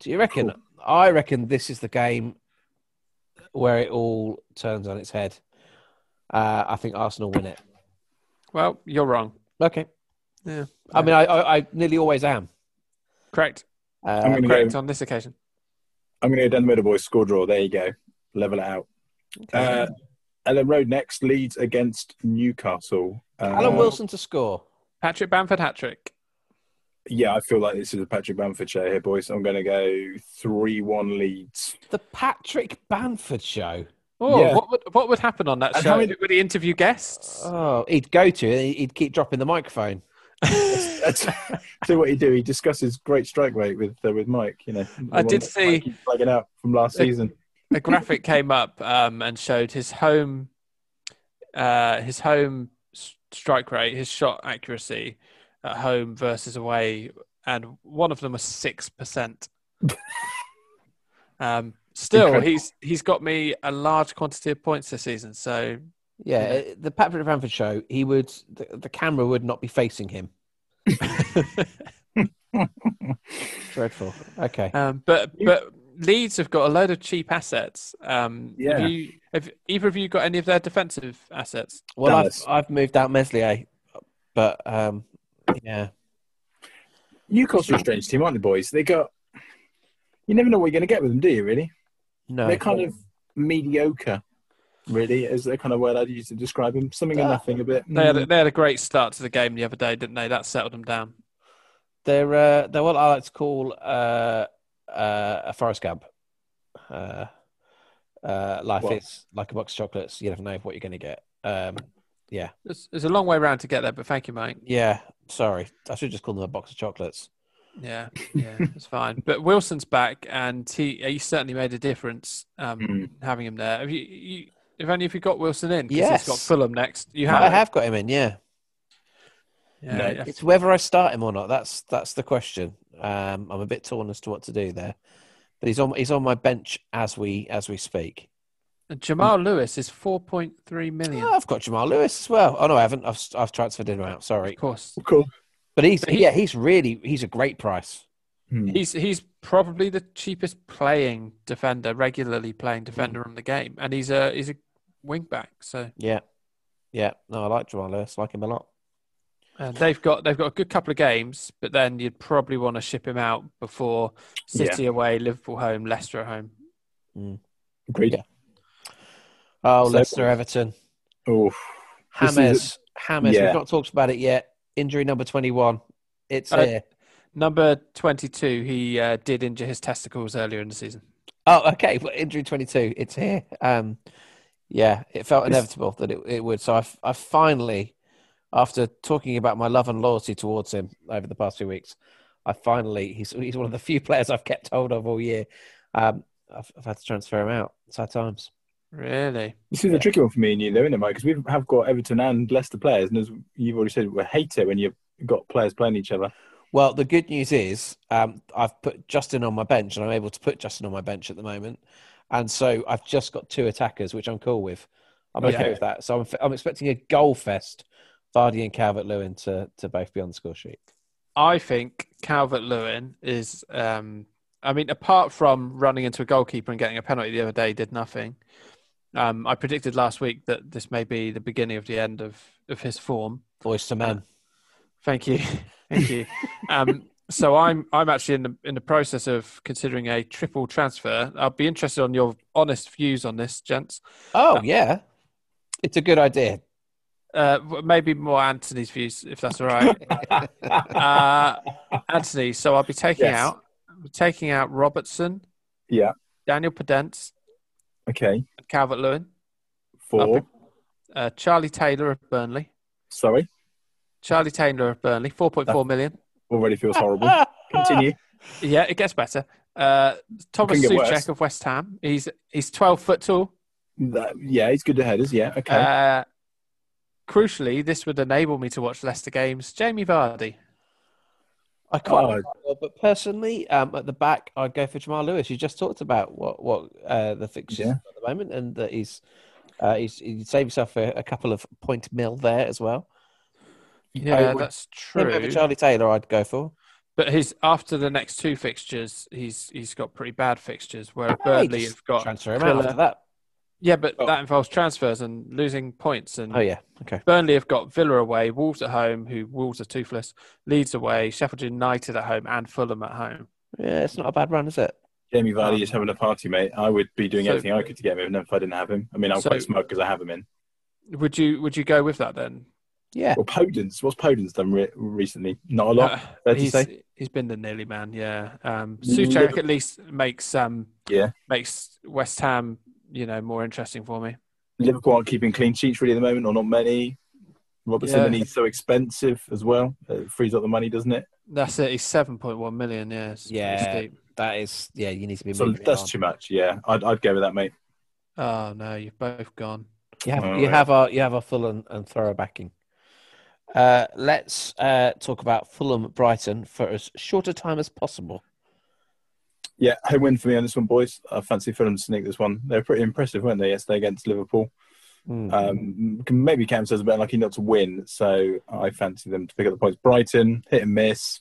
Speaker 3: Do you reckon?
Speaker 2: Cool.
Speaker 3: I reckon this is the game where it all turns on its head. Uh, I think Arsenal win it.
Speaker 1: Well, you're wrong.
Speaker 3: Okay.
Speaker 1: Yeah.
Speaker 3: I mean, I, I, I nearly always am.
Speaker 1: Correct.
Speaker 3: Uh,
Speaker 2: I'm gonna go.
Speaker 1: Correct on this occasion.
Speaker 2: I'm going to go down the middle, boys. Score draw. There you go. Level it out. Uh, Ellen Road next leads against Newcastle. Uh,
Speaker 3: Alan Wilson to score.
Speaker 1: Patrick Bamford hat trick.
Speaker 2: Yeah, I feel like this is a Patrick Bamford show here, boys. I'm going to go three-one leads.
Speaker 3: The Patrick Banford show.
Speaker 1: Oh,
Speaker 2: Yeah.
Speaker 1: what would what would happen on that
Speaker 2: And
Speaker 1: show?
Speaker 2: how many-
Speaker 1: Would he interview guests?
Speaker 3: Oh, he'd go to. He'd keep dropping the microphone.
Speaker 2: That's, so what he do? He discusses great strike rate with uh, with Mike. You know, the
Speaker 1: I
Speaker 2: one
Speaker 1: did
Speaker 2: that
Speaker 1: see-
Speaker 2: Mike keeps plugging out from last season.
Speaker 1: a graphic came up um, and showed his home, uh, his home s- strike rate, his shot accuracy at home versus away, and one of them was six percent. um, still,
Speaker 2: Incredible.
Speaker 1: he's he's got me a large quantity of points this season. So
Speaker 3: Yeah,
Speaker 1: Yeah.
Speaker 3: uh, the Patrick Bamford show. He would. The, the camera would not be facing him. Dreadful. Okay.
Speaker 1: Um, but but Leeds have got a load of cheap assets. Um,
Speaker 2: Yeah.
Speaker 1: Have, you, have either of you got any of their defensive assets?
Speaker 3: Well, I've,
Speaker 2: Dallas.
Speaker 3: I've moved out Meslier, but um, yeah,
Speaker 2: Newcastle are a strange team, aren't they, boys? They got. You never know what you're going to get with them, do you? Really,
Speaker 3: no.
Speaker 2: they're kind of mediocre. Really, is the kind of word I'd use to describe them. Something or
Speaker 3: Uh,
Speaker 2: nothing, a bit.
Speaker 1: They had a, they had a great start to the game the other day, didn't they? That settled them down.
Speaker 3: they're uh, they're what I like to call uh, uh, a forest gump. Uh, uh, life
Speaker 2: What?
Speaker 3: is like a box of chocolates. You never know what you're going to get. Um,
Speaker 1: It's, it's a long way round to get there, but thank you, mate.
Speaker 3: yeah, sorry, I should just call them a box of chocolates.
Speaker 1: Yeah, yeah, it's fine. But Wilson's back, and he he certainly made a difference um,
Speaker 2: Mm.
Speaker 1: having him there. Have you, you if only if you got Wilson in? 'cause
Speaker 3: Yes.
Speaker 1: he's got Fulham next. You
Speaker 3: I
Speaker 1: have.
Speaker 3: have got him in. Yeah,
Speaker 1: Yeah,
Speaker 2: No.
Speaker 1: yeah.
Speaker 3: it's whether I start him or not. That's that's the question. Um, I'm a bit torn as to what to do there, but he's on he's on my bench as we as we speak.
Speaker 1: And Jamal Lewis is 4.3 million.
Speaker 3: Oh, I've got Jamal Lewis as well. Oh no, I haven't. I've I've transferred him out. Sorry,
Speaker 1: Of course.
Speaker 2: mm, Cool.
Speaker 3: but he's
Speaker 1: But he-
Speaker 3: yeah, he's really he's a great price.
Speaker 2: Hmm.
Speaker 1: He's he's probably the cheapest playing defender, regularly playing defender on the game, and he's a he's a wing back. So
Speaker 3: Yeah, yeah. No, I like Jamal Lewis. Like him a lot.
Speaker 1: uh, they've got they've got a good couple of games, but then you'd probably want to ship him out before City away, Liverpool home, Leicester at home.
Speaker 2: Agreed.
Speaker 3: Yeah. Oh,
Speaker 2: So-
Speaker 3: Leicester Everton.
Speaker 2: Oh, This is-
Speaker 3: Hammers. Hammers.
Speaker 2: Yeah.
Speaker 3: We've not talked about it yet. Injury number 21. It's
Speaker 1: Uh,
Speaker 3: here.
Speaker 1: Number twenty-two, he uh, did injure his testicles earlier in the season.
Speaker 3: Oh, okay. Well, injury 22. It's here. Um, yeah, it felt
Speaker 2: It's-
Speaker 3: inevitable that it, it would. So I, f- I finally, after talking about my love and loyalty towards him over the past few weeks, I finally, he's, he's one of the few players I've kept hold of all year. Um, I've, I've had to transfer him out. Sad times.
Speaker 1: Really?
Speaker 2: this is a tricky one for me and you, though, isn't it, Mike? Because we have got Everton and Leicester players, and as you've already said, we hate it when you've got players playing each other.
Speaker 3: Well, the good news is um, I've put Justin on my bench, and I'm able to put Justin on my bench at the moment, and so I've just got two attackers, which I'm cool with. I'm okay
Speaker 2: Okay.
Speaker 3: with that. So I'm, I'm expecting a goal fest, Vardy and Calvert Lewin to to both be on the score sheet.
Speaker 1: I think Calvert Lewin is. Um, I mean, apart from running into a goalkeeper and getting a penalty the other day, he did nothing. Um, I predicted last week that this may be the beginning of the end of, of his form.
Speaker 3: Voice to men.
Speaker 1: Thank you, thank you. Um, so I'm I'm actually in the in the process of considering a triple transfer. I'll be interested on your honest views on this, gents.
Speaker 3: Oh yeah, it's a good idea.
Speaker 1: Uh, w- maybe more Anthony's views, if that's all right. uh, Anthony, so I'll be taking
Speaker 2: Yes.
Speaker 1: out taking out Robertson,
Speaker 2: Yeah.
Speaker 1: Daniel Pedence,
Speaker 2: Okay.
Speaker 1: and Calvert Lewin,
Speaker 2: Four.
Speaker 1: Lovely. uh, Charlie Taylor of Burnley,
Speaker 2: Sorry.
Speaker 1: Charlie Taylor of Burnley, four point four million.
Speaker 2: Already feels horrible.
Speaker 3: Ah,
Speaker 2: Continue.
Speaker 1: Yeah, it gets better. Uh, Thomas
Speaker 2: Couldn't get worse.
Speaker 1: Suchek of West Ham. He's he's twelve foot tall.
Speaker 2: That- yeah, he's good to headers. Yeah. Okay.
Speaker 1: Uh, crucially, this would enable me to watch Leicester games. Jamie Vardy.
Speaker 3: I quite
Speaker 2: Oh.
Speaker 3: like Caldwell, but personally, um, at the back, I'd go for Jamal Lewis. You just talked about what what uh, the fixtures
Speaker 2: Yeah.
Speaker 3: are at the moment, and that he's uh, he's he'd save himself a, a couple of point mil there as well.
Speaker 1: Yeah,
Speaker 3: would-
Speaker 1: that's
Speaker 3: Him
Speaker 1: true.
Speaker 3: Over Charlie Taylor, I'd go for.
Speaker 1: But his after the next two fixtures, he's he's got pretty bad fixtures. Where
Speaker 3: Hey,
Speaker 1: Burnley
Speaker 3: just
Speaker 1: have got
Speaker 3: transfer him out
Speaker 1: Villa.
Speaker 3: after that.
Speaker 1: yeah, but
Speaker 2: Oh.
Speaker 1: that involves transfers and losing points. And
Speaker 3: Oh yeah, okay.
Speaker 1: Burnley have got Villa away, Wolves at home, who Wolves are toothless. Leeds away, Sheffield United at home, and Fulham at home.
Speaker 3: Yeah, it's not a bad run, is it?
Speaker 2: Jamie Vardy is having a party, mate. I would be doing
Speaker 1: um, So-
Speaker 2: everything I could to get him in if I didn't have him. I mean, I'm
Speaker 1: So-
Speaker 2: quite smug because I have him in.
Speaker 1: Would you would you go with that then?
Speaker 3: Yeah.
Speaker 2: Well, Podence. What's Podence done re- recently? Not a lot.
Speaker 1: Uh,
Speaker 2: fair to
Speaker 1: he's,
Speaker 2: say.
Speaker 1: he's been the nearly man, yeah. Um,
Speaker 2: Little-
Speaker 1: Suchek at least makes um
Speaker 2: Yeah.
Speaker 1: makes West Ham you know more interesting for me.
Speaker 2: Liverpool aren't keeping clean sheets really at the moment, or not many. Robertson,
Speaker 1: Yeah.
Speaker 2: and he's so expensive as well. It frees up the money, doesn't it?
Speaker 1: That's it. He's seven point one million. Yeah, it's pretty
Speaker 3: Yeah.
Speaker 1: steep.
Speaker 3: That is, yeah. You need to be.
Speaker 2: So
Speaker 3: moving it
Speaker 2: that's
Speaker 3: on.
Speaker 2: too much. Yeah, I'd, I'd go with that, mate.
Speaker 1: Oh no, you've both gone.
Speaker 3: You have
Speaker 2: Oh,
Speaker 3: you
Speaker 2: yeah.
Speaker 3: have our you have our full and, and thorough backing. Uh, let's uh, talk about Fulham Brighton for as short a time as possible.
Speaker 2: Yeah, home win for me on this one, boys. I fancy Fulham to sneak this one. They were pretty impressive, weren't they, yesterday against Liverpool?
Speaker 3: Hmm.
Speaker 2: Um, maybe Cam says a bit unlucky not to win, so I fancy them to pick up the points. Brighton, hit and miss.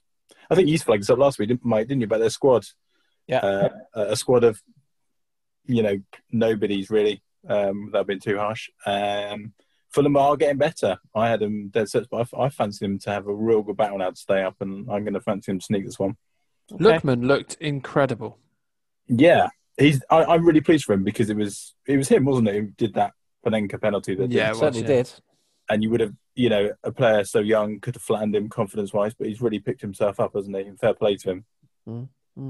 Speaker 2: I think you flagged this up last week, didn't Mike? Didn't you? About their squad.
Speaker 3: Yeah.
Speaker 2: Uh, a squad of, you know, nobodies really. Um, that have been too harsh. Um, Fulham are getting better. I had them dead sets, but I, I fancy them to have a real good battle now to stay up, and I'm going to fancy them to sneak this one.
Speaker 3: Okay.
Speaker 1: Lookman looked incredible.
Speaker 2: Yeah, he's. I, I'm really pleased for him because it was it was him, wasn't it, who did that Panenka penalty that did
Speaker 1: Yeah, it was,
Speaker 3: certainly
Speaker 1: yeah.
Speaker 3: did.
Speaker 2: and you would have, you know, a player so young could have flattened him confidence wise, but he's really picked himself up, hasn't he? And fair play to him.
Speaker 3: What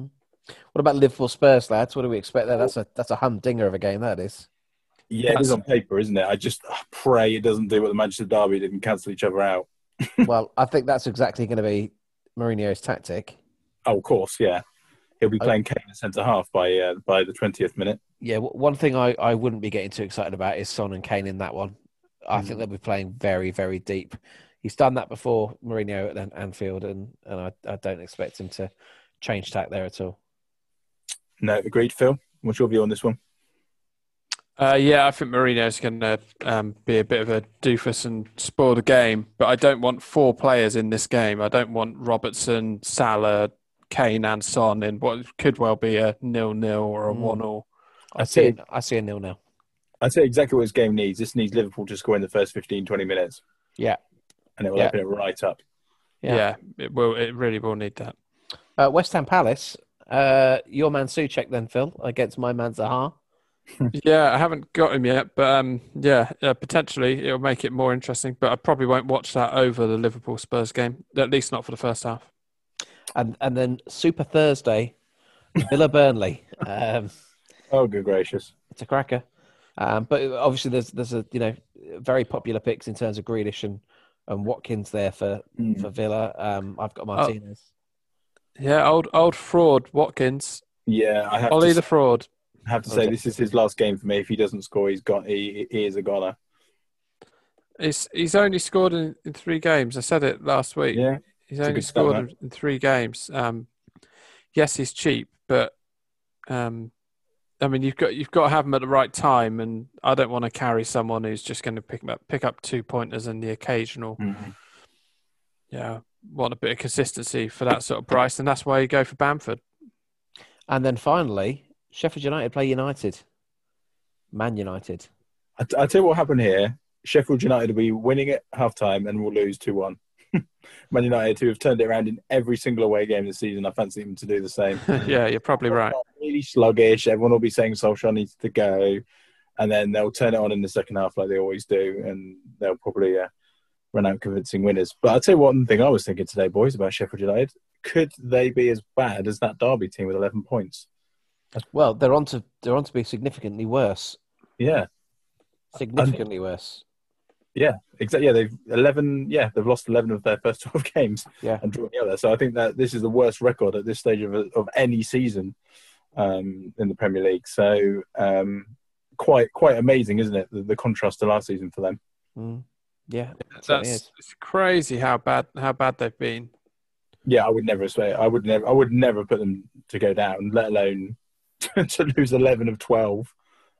Speaker 3: about Liverpool Spurs, lads? What do we expect there? That's a that's a humdinger of a game. That is.
Speaker 2: Yeah, it is on paper, isn't it? I just pray it doesn't do what the Manchester Derby did and cancel each other out.
Speaker 3: well, I think that's exactly going to be Mourinho's tactic.
Speaker 2: Oh, of course, yeah. He'll be
Speaker 3: Oh.
Speaker 2: playing Kane at centre half by uh, by the twentieth minute.
Speaker 3: Yeah, w- one thing I, I wouldn't be getting too excited about is Son and Kane in that one. I think they'll be playing very, very deep. He's done that before, Mourinho at An- Anfield, and, and I, I don't expect him to change tack there at all.
Speaker 2: No, agreed, Phil. What's your view on this one?
Speaker 1: Uh, yeah, I think Marino's going to um, be a bit of a doofus and spoil the game, but I don't want four players in this game. I don't want Robertson, Salah, Kane, and Son in what could well be a nil-nil or a
Speaker 3: Mm.
Speaker 1: one-all.
Speaker 3: I
Speaker 2: I
Speaker 3: see.
Speaker 2: think-
Speaker 3: it- I see a nil nil.
Speaker 2: I say exactly what this game needs. This needs Liverpool to score in the first 15, 20 minutes.
Speaker 3: Yeah.
Speaker 2: And it will
Speaker 3: Yeah.
Speaker 2: open it right up.
Speaker 3: Yeah.
Speaker 1: Yeah. it will. It really will need that.
Speaker 3: Uh, West Ham Palace. Uh, your man Suchek then, Phil, against my man Zaha.
Speaker 1: yeah, I haven't got him yet, but um, yeah, uh, potentially it'll make it more interesting. But I probably won't watch that over the Liverpool Spurs game, at least not for the first half.
Speaker 3: and and then Super Thursday, Villa Burnley. Um,
Speaker 2: Oh, good gracious.
Speaker 3: it's a cracker, um, but obviously there's there's a you know very popular picks in terms of Grealish and, and Watkins there for
Speaker 2: Hmm.
Speaker 3: for Villa. Um, I've got Martinez.
Speaker 1: Yeah, old old fraud Watkins,
Speaker 2: Yeah, I have
Speaker 1: Ollie
Speaker 2: to,
Speaker 1: the fraud.
Speaker 2: have to
Speaker 3: Oh,
Speaker 2: say this is his last game for me. If he doesn't score, he's gone. He, he is a goner.
Speaker 1: He's he's only scored in, in three games. I said it last week.
Speaker 2: Yeah,
Speaker 1: He's
Speaker 2: a
Speaker 1: only
Speaker 2: good start,
Speaker 1: scored
Speaker 2: mate.
Speaker 1: in, in three games. Um, yes, he's cheap, but um, I mean, you've got you've got to have him at the right time, and I don't want to carry someone who's just going to pick 'em up pick up two pointers and the occasional. Yeah, want a bit of consistency for that sort of price, and that's why you go for Bamford.
Speaker 3: And then finally, Sheffield United play United. Man United.
Speaker 2: I, I tell you what happened here. Sheffield United will be winning at half time and will lose 2 1. Man United, who have turned it around in every single away game this season, I fancy them to do the same.
Speaker 1: yeah, you're probably right.
Speaker 2: Really sluggish. Everyone will be saying Solskjaer needs to go. And then they'll turn it on in the second half like they always do. And they'll probably uh, run out convincing winners. But I'll tell you one thing I was thinking today, boys, about Sheffield United. Could they be as bad as that Derby team with 11 points?
Speaker 3: Well, they're on to they're on to be significantly worse.
Speaker 2: Yeah.
Speaker 3: Significantly worse.
Speaker 2: Exactly. Yeah, they've eleven. Yeah, they've lost eleven of their first twelve games.
Speaker 3: Yeah.
Speaker 2: and drawn the other. So I think that this is the worst record at this stage of of any season um, in the Premier League. So um, quite quite amazing, isn't it? The, the contrast to last season for them.
Speaker 3: Mm. Yeah, it certainly
Speaker 1: That's
Speaker 3: is.
Speaker 1: it's crazy how bad how bad they've been.
Speaker 2: Yeah, I would never say I would never I would never put them to go down, let alone to lose eleven of twelve.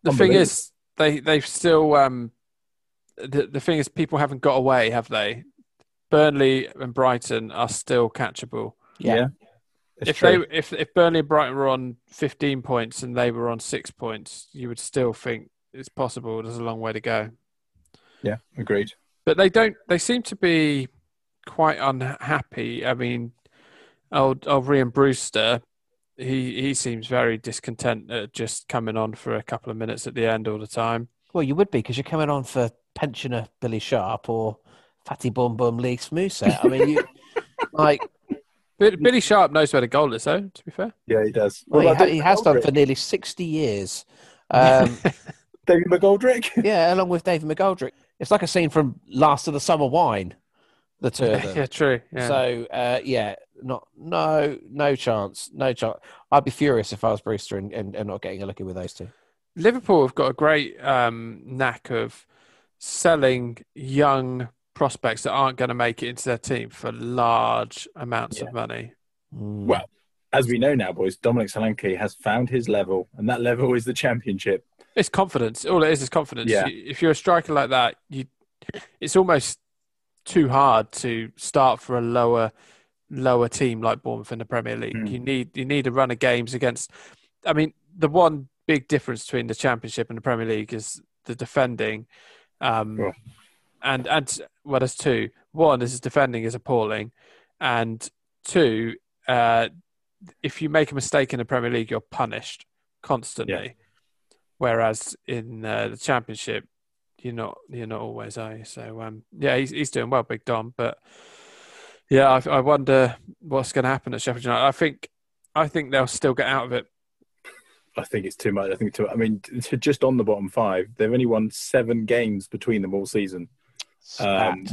Speaker 1: The thing
Speaker 2: Unbelievable.
Speaker 1: is, they they've still um, the the thing is, people haven't got away, have they? Burnley and Brighton are still catchable.
Speaker 3: Yeah.
Speaker 2: It's
Speaker 1: if
Speaker 2: true.
Speaker 1: they if if Burnley and Brighton were on 15 points and they were on six points, you would still think it's possible. There's a long way to go.
Speaker 2: yeah, agreed.
Speaker 1: but they don't they seem to be quite unhappy i mean old old Rian brewster he he seems very discontent at just coming on for a couple of minutes at the end all the time
Speaker 3: Well, you would be because you're coming on for pensioner Billy Sharp or Fatty Bum Bum Lee Smooset. I mean, you like
Speaker 1: Bi- billy sharp knows where the goal is though to be fair
Speaker 2: Yeah, he does.
Speaker 3: well,
Speaker 2: Well,
Speaker 3: he, ha- he has done
Speaker 2: Goldrick.
Speaker 3: for nearly sixty years. Um,
Speaker 2: David McGoldrick.
Speaker 3: yeah, along with David McGoldrick. It's like a scene from Last of the Summer Wine. The two of them.
Speaker 1: yeah true yeah.
Speaker 3: So uh, yeah, not no no chance, no chance. I'd be furious if I was Brewster and, and, and not getting a look in with those two.
Speaker 1: liverpool have got a great um knack of selling young prospects that aren't going to make it into their team for large amounts of money
Speaker 3: Mm.
Speaker 2: Well, As we know now, boys, Dominic Solanke has found his level, and that level is the championship.
Speaker 1: It's confidence. All it is is confidence.
Speaker 2: Yeah.
Speaker 1: You- If you're a striker like that, you, it's almost too hard to start for a lower, lower team like Bournemouth in the Premier League.
Speaker 2: Mm.
Speaker 1: You need you need a run of games against. I mean, the one big difference between the Championship and the Premier League is the defending, um,
Speaker 2: Yeah.
Speaker 1: and and well, there's two. One is defending is appalling, and two, uh, if you make a mistake in the Premier League, you're punished constantly. Whereas in uh, the Championship, you're not you're not always are you? So um, yeah, he's he's doing well, Big Dom. But yeah, I, I wonder what's going to happen at Sheffield United. I think I think they'll still get out of it.
Speaker 2: I think it's too much. I think too. I mean, t- t- just on the bottom five, they've only won seven games between them all season.
Speaker 3: stat,
Speaker 2: um,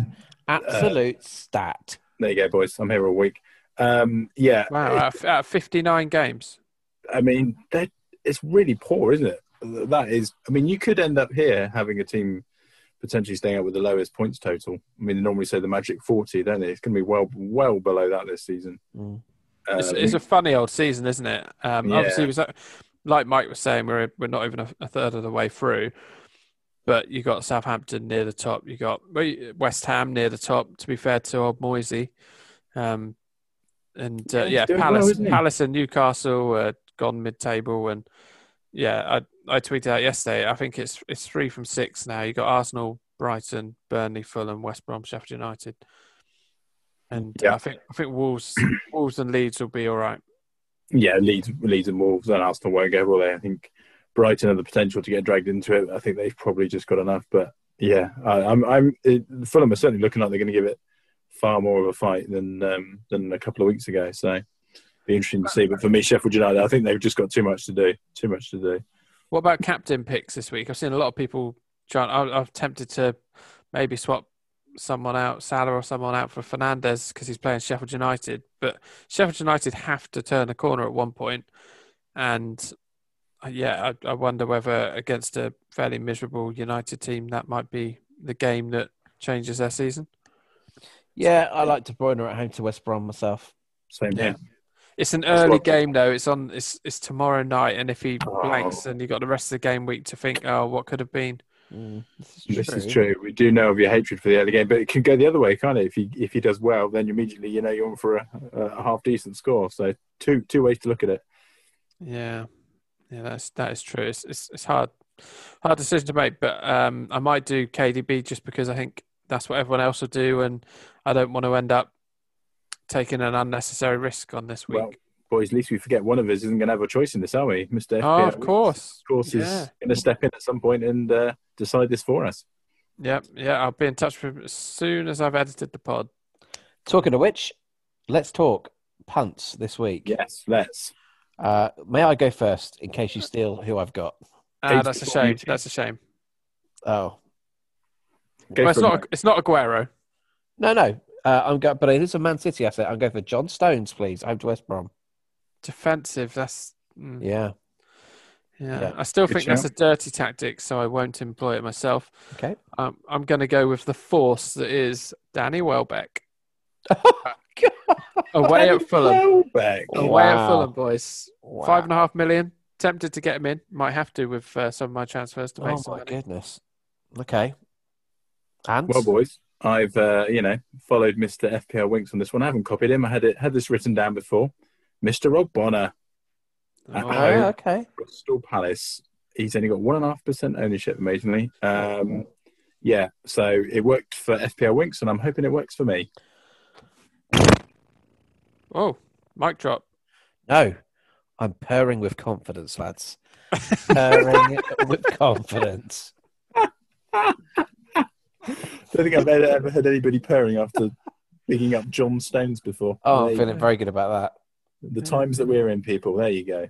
Speaker 2: uh,
Speaker 3: absolute stat.
Speaker 2: There you go, boys. I'm here all week. Um, yeah,
Speaker 1: Wow, out of, out of 59 games.
Speaker 2: I mean, that it's really poor, isn't it? That is. I mean, you could end up here having a team potentially staying up with the lowest points total. I mean, they normally say the magic forty, don't they? It's going to be well, well below that this season.
Speaker 3: Mm.
Speaker 2: Um,
Speaker 1: It's, it's a funny old season, isn't it? Um,
Speaker 2: Yeah.
Speaker 1: Obviously, it was, like Mike was saying, we're we're not even a, a third of the way through, but you got Southampton near the top. You got well, West Ham near the top. To be fair to old Moisey, um, and uh,
Speaker 2: Yeah, he's
Speaker 1: yeah,
Speaker 2: doing well,
Speaker 1: Palace,
Speaker 2: isn't he?
Speaker 1: Palace and Newcastle uh, gone mid-table, and yeah, I I tweeted out yesterday. I think it's it's three from six now. You got Arsenal, Brighton, Burnley, Fulham, West Brom, Sheffield United, and uh,
Speaker 2: Yeah.
Speaker 1: I think I think Wolves, Wolves and Leeds will be all right.
Speaker 2: Yeah, Leeds, Leeds and Wolves and Arsenal won't go all there. I think Brighton have the potential to get dragged into it. I think they've probably just got enough. But yeah, I, I'm, I'm it, Fulham are certainly looking like they're going to give it far more of a fight than um, than a couple of weeks ago. So be interesting to see. But for me, Sheffield United, I think they've just got too much to do. Too much to do.
Speaker 1: What about captain picks this week? I've seen a lot of people trying. I- I've tempted to maybe swap someone out, Salah or someone out for Fernandez because he's playing Sheffield United. But Sheffield United have to turn a corner at one point, and uh, yeah, I, I wonder whether against a fairly miserable United team that might be the game that changes their season.
Speaker 3: Yeah, I like De Bruyne at home to West Brom myself.
Speaker 2: Same
Speaker 1: Yeah.
Speaker 2: here.
Speaker 1: It's an
Speaker 2: That's
Speaker 1: early
Speaker 2: what-
Speaker 1: game though. It's on. It's it's tomorrow night, and if he
Speaker 2: Oh.
Speaker 1: blanks, then you have got the rest of the game week to think, oh, what could have been.
Speaker 3: Mm, this
Speaker 2: This is true. We do know of your hatred for the early game, but it can go the other way, can't it? If he if he does well, then immediately you know you're on for a, a half decent score. So two two ways to look at it.
Speaker 1: Yeah, yeah, that's that is true. It's it's, it's hard, hard decision to make. But um, I might do KDB just because I think that's what everyone else will do, and I don't want to end up taking an unnecessary risk on this
Speaker 2: Well,
Speaker 1: week.
Speaker 2: boys, at least we forget one of us isn't going to have a choice in this, are we, Mister?
Speaker 1: oh, of course,
Speaker 2: of course, is
Speaker 1: Yeah.
Speaker 2: going to step in at some point and uh, decide this for us.
Speaker 1: Yep, yeah. I'll be in touch with him as soon as I've edited the pod.
Speaker 3: Talking of which, let's talk punts this week.
Speaker 2: Yes, let's.
Speaker 3: Uh, may I go first in case you steal who I've got?
Speaker 1: Ah,
Speaker 2: Eight
Speaker 1: that's a
Speaker 2: before you
Speaker 1: shame.
Speaker 2: do.
Speaker 1: That's a shame.
Speaker 3: Oh
Speaker 2: Go
Speaker 1: well, it's
Speaker 2: for it,
Speaker 1: not. It's not Aguero.
Speaker 3: no, no. Uh, I'm go, but it is a Man City asset. I'm going for John Stones, please. Home to West Brom.
Speaker 1: Defensive. That's. mm,
Speaker 3: Yeah.
Speaker 1: Yeah.
Speaker 3: Yeah.
Speaker 1: I still
Speaker 2: Good
Speaker 1: think that's a dirty tactic, so I won't employ it myself.
Speaker 3: Okay.
Speaker 1: Um, I'm going to go with the force that is Danny Welbeck. Away at Fulham.
Speaker 2: Welbeck.
Speaker 1: Away at
Speaker 3: Wow.
Speaker 1: Fulham, boys.
Speaker 3: Wow.
Speaker 1: Five and a half million. Tempted to get him in. Might have to with uh, some of my transfers to make
Speaker 3: Oh
Speaker 1: some
Speaker 3: my
Speaker 1: money.
Speaker 3: goodness. Okay. And
Speaker 2: Well, boys, I've uh, you know followed Mister FPL Winks on this one. I haven't copied him. I had it had this written down before. Mister Rob Bonner.
Speaker 1: Oh,
Speaker 3: Oh,
Speaker 2: Um,
Speaker 3: okay.
Speaker 2: Crystal Palace. He's only got one and a half percent ownership, amazingly. Um, yeah, so it worked for FPL Winks, and I'm hoping it works for me.
Speaker 1: oh, mic drop.
Speaker 3: No, I'm purring with confidence, lads. purring with confidence.
Speaker 2: I don't think I've ever, ever heard anybody purring after picking up John Stones before.
Speaker 3: Oh,
Speaker 2: There
Speaker 3: I'm
Speaker 2: you
Speaker 3: feeling
Speaker 2: go.
Speaker 3: very good about
Speaker 2: the times that we're in, people. There you go.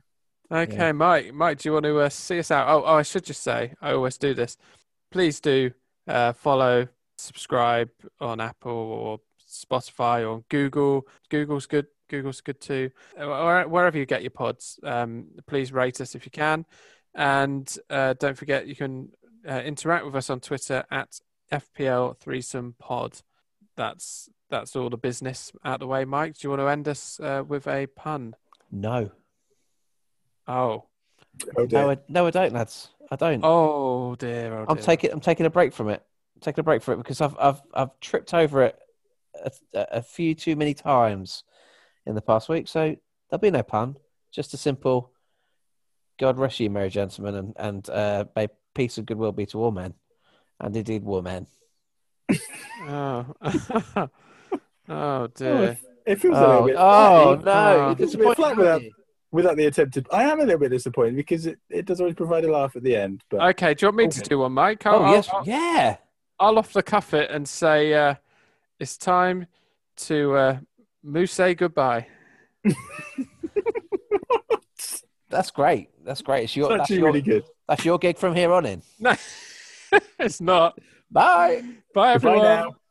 Speaker 1: Okay,
Speaker 3: Yeah.
Speaker 1: Mike. Mike, do you want to uh, see us out? Oh, oh, I should just say, I always do this. Please do uh, follow, subscribe on Apple or Spotify or on Google. Google's good. Google's good too. Or wherever you get your pods, um, please rate us if you can, and uh, don't forget you can uh, interact with us on Twitter at FPL Threesome Pod. That's that's all the business out the way. Mike, do you want to end us uh, with a pun?
Speaker 3: that. No.
Speaker 1: Oh.
Speaker 2: Oh, dear.
Speaker 3: No, I, no, I don't, lads. I don't.
Speaker 1: Oh dear! Oh
Speaker 3: I'm
Speaker 1: dear.
Speaker 3: taking I'm taking a break from it. I'm taking a break from it because I've I've I've tripped over it a, a few too many times in the past week. So there'll be no pun. Just a simple God rest you, merry gentlemen, and and uh, may peace and goodwill be to all men, and indeed war men.
Speaker 1: Oh, oh
Speaker 2: Oh,
Speaker 1: dear!
Speaker 2: it- it feels a little
Speaker 3: Oh,
Speaker 2: bit.
Speaker 3: oh
Speaker 1: Oh.
Speaker 3: no! You're
Speaker 1: It's a
Speaker 2: bit flat
Speaker 3: disappointed.
Speaker 2: with
Speaker 3: aren't
Speaker 2: that.
Speaker 3: you?
Speaker 2: Without the attempted, I am a little bit disappointed because it, it does always provide a laugh at the end. But
Speaker 1: Okay, do you want me to
Speaker 2: Okay.
Speaker 1: do one, Mike? I'll,
Speaker 3: Oh
Speaker 1: I'll-
Speaker 3: yes,
Speaker 1: I'll,
Speaker 3: yeah.
Speaker 1: I'll off the cuff it and say uh, it's time to uh, moose say goodbye.
Speaker 3: That's great. That's great. It's your
Speaker 2: it's
Speaker 3: that's
Speaker 2: actually
Speaker 3: your,
Speaker 2: really good.
Speaker 3: that's your gig from here on in.
Speaker 1: No, it's not.
Speaker 3: Bye.
Speaker 1: Bye
Speaker 2: Goodbye
Speaker 1: everyone.
Speaker 2: now.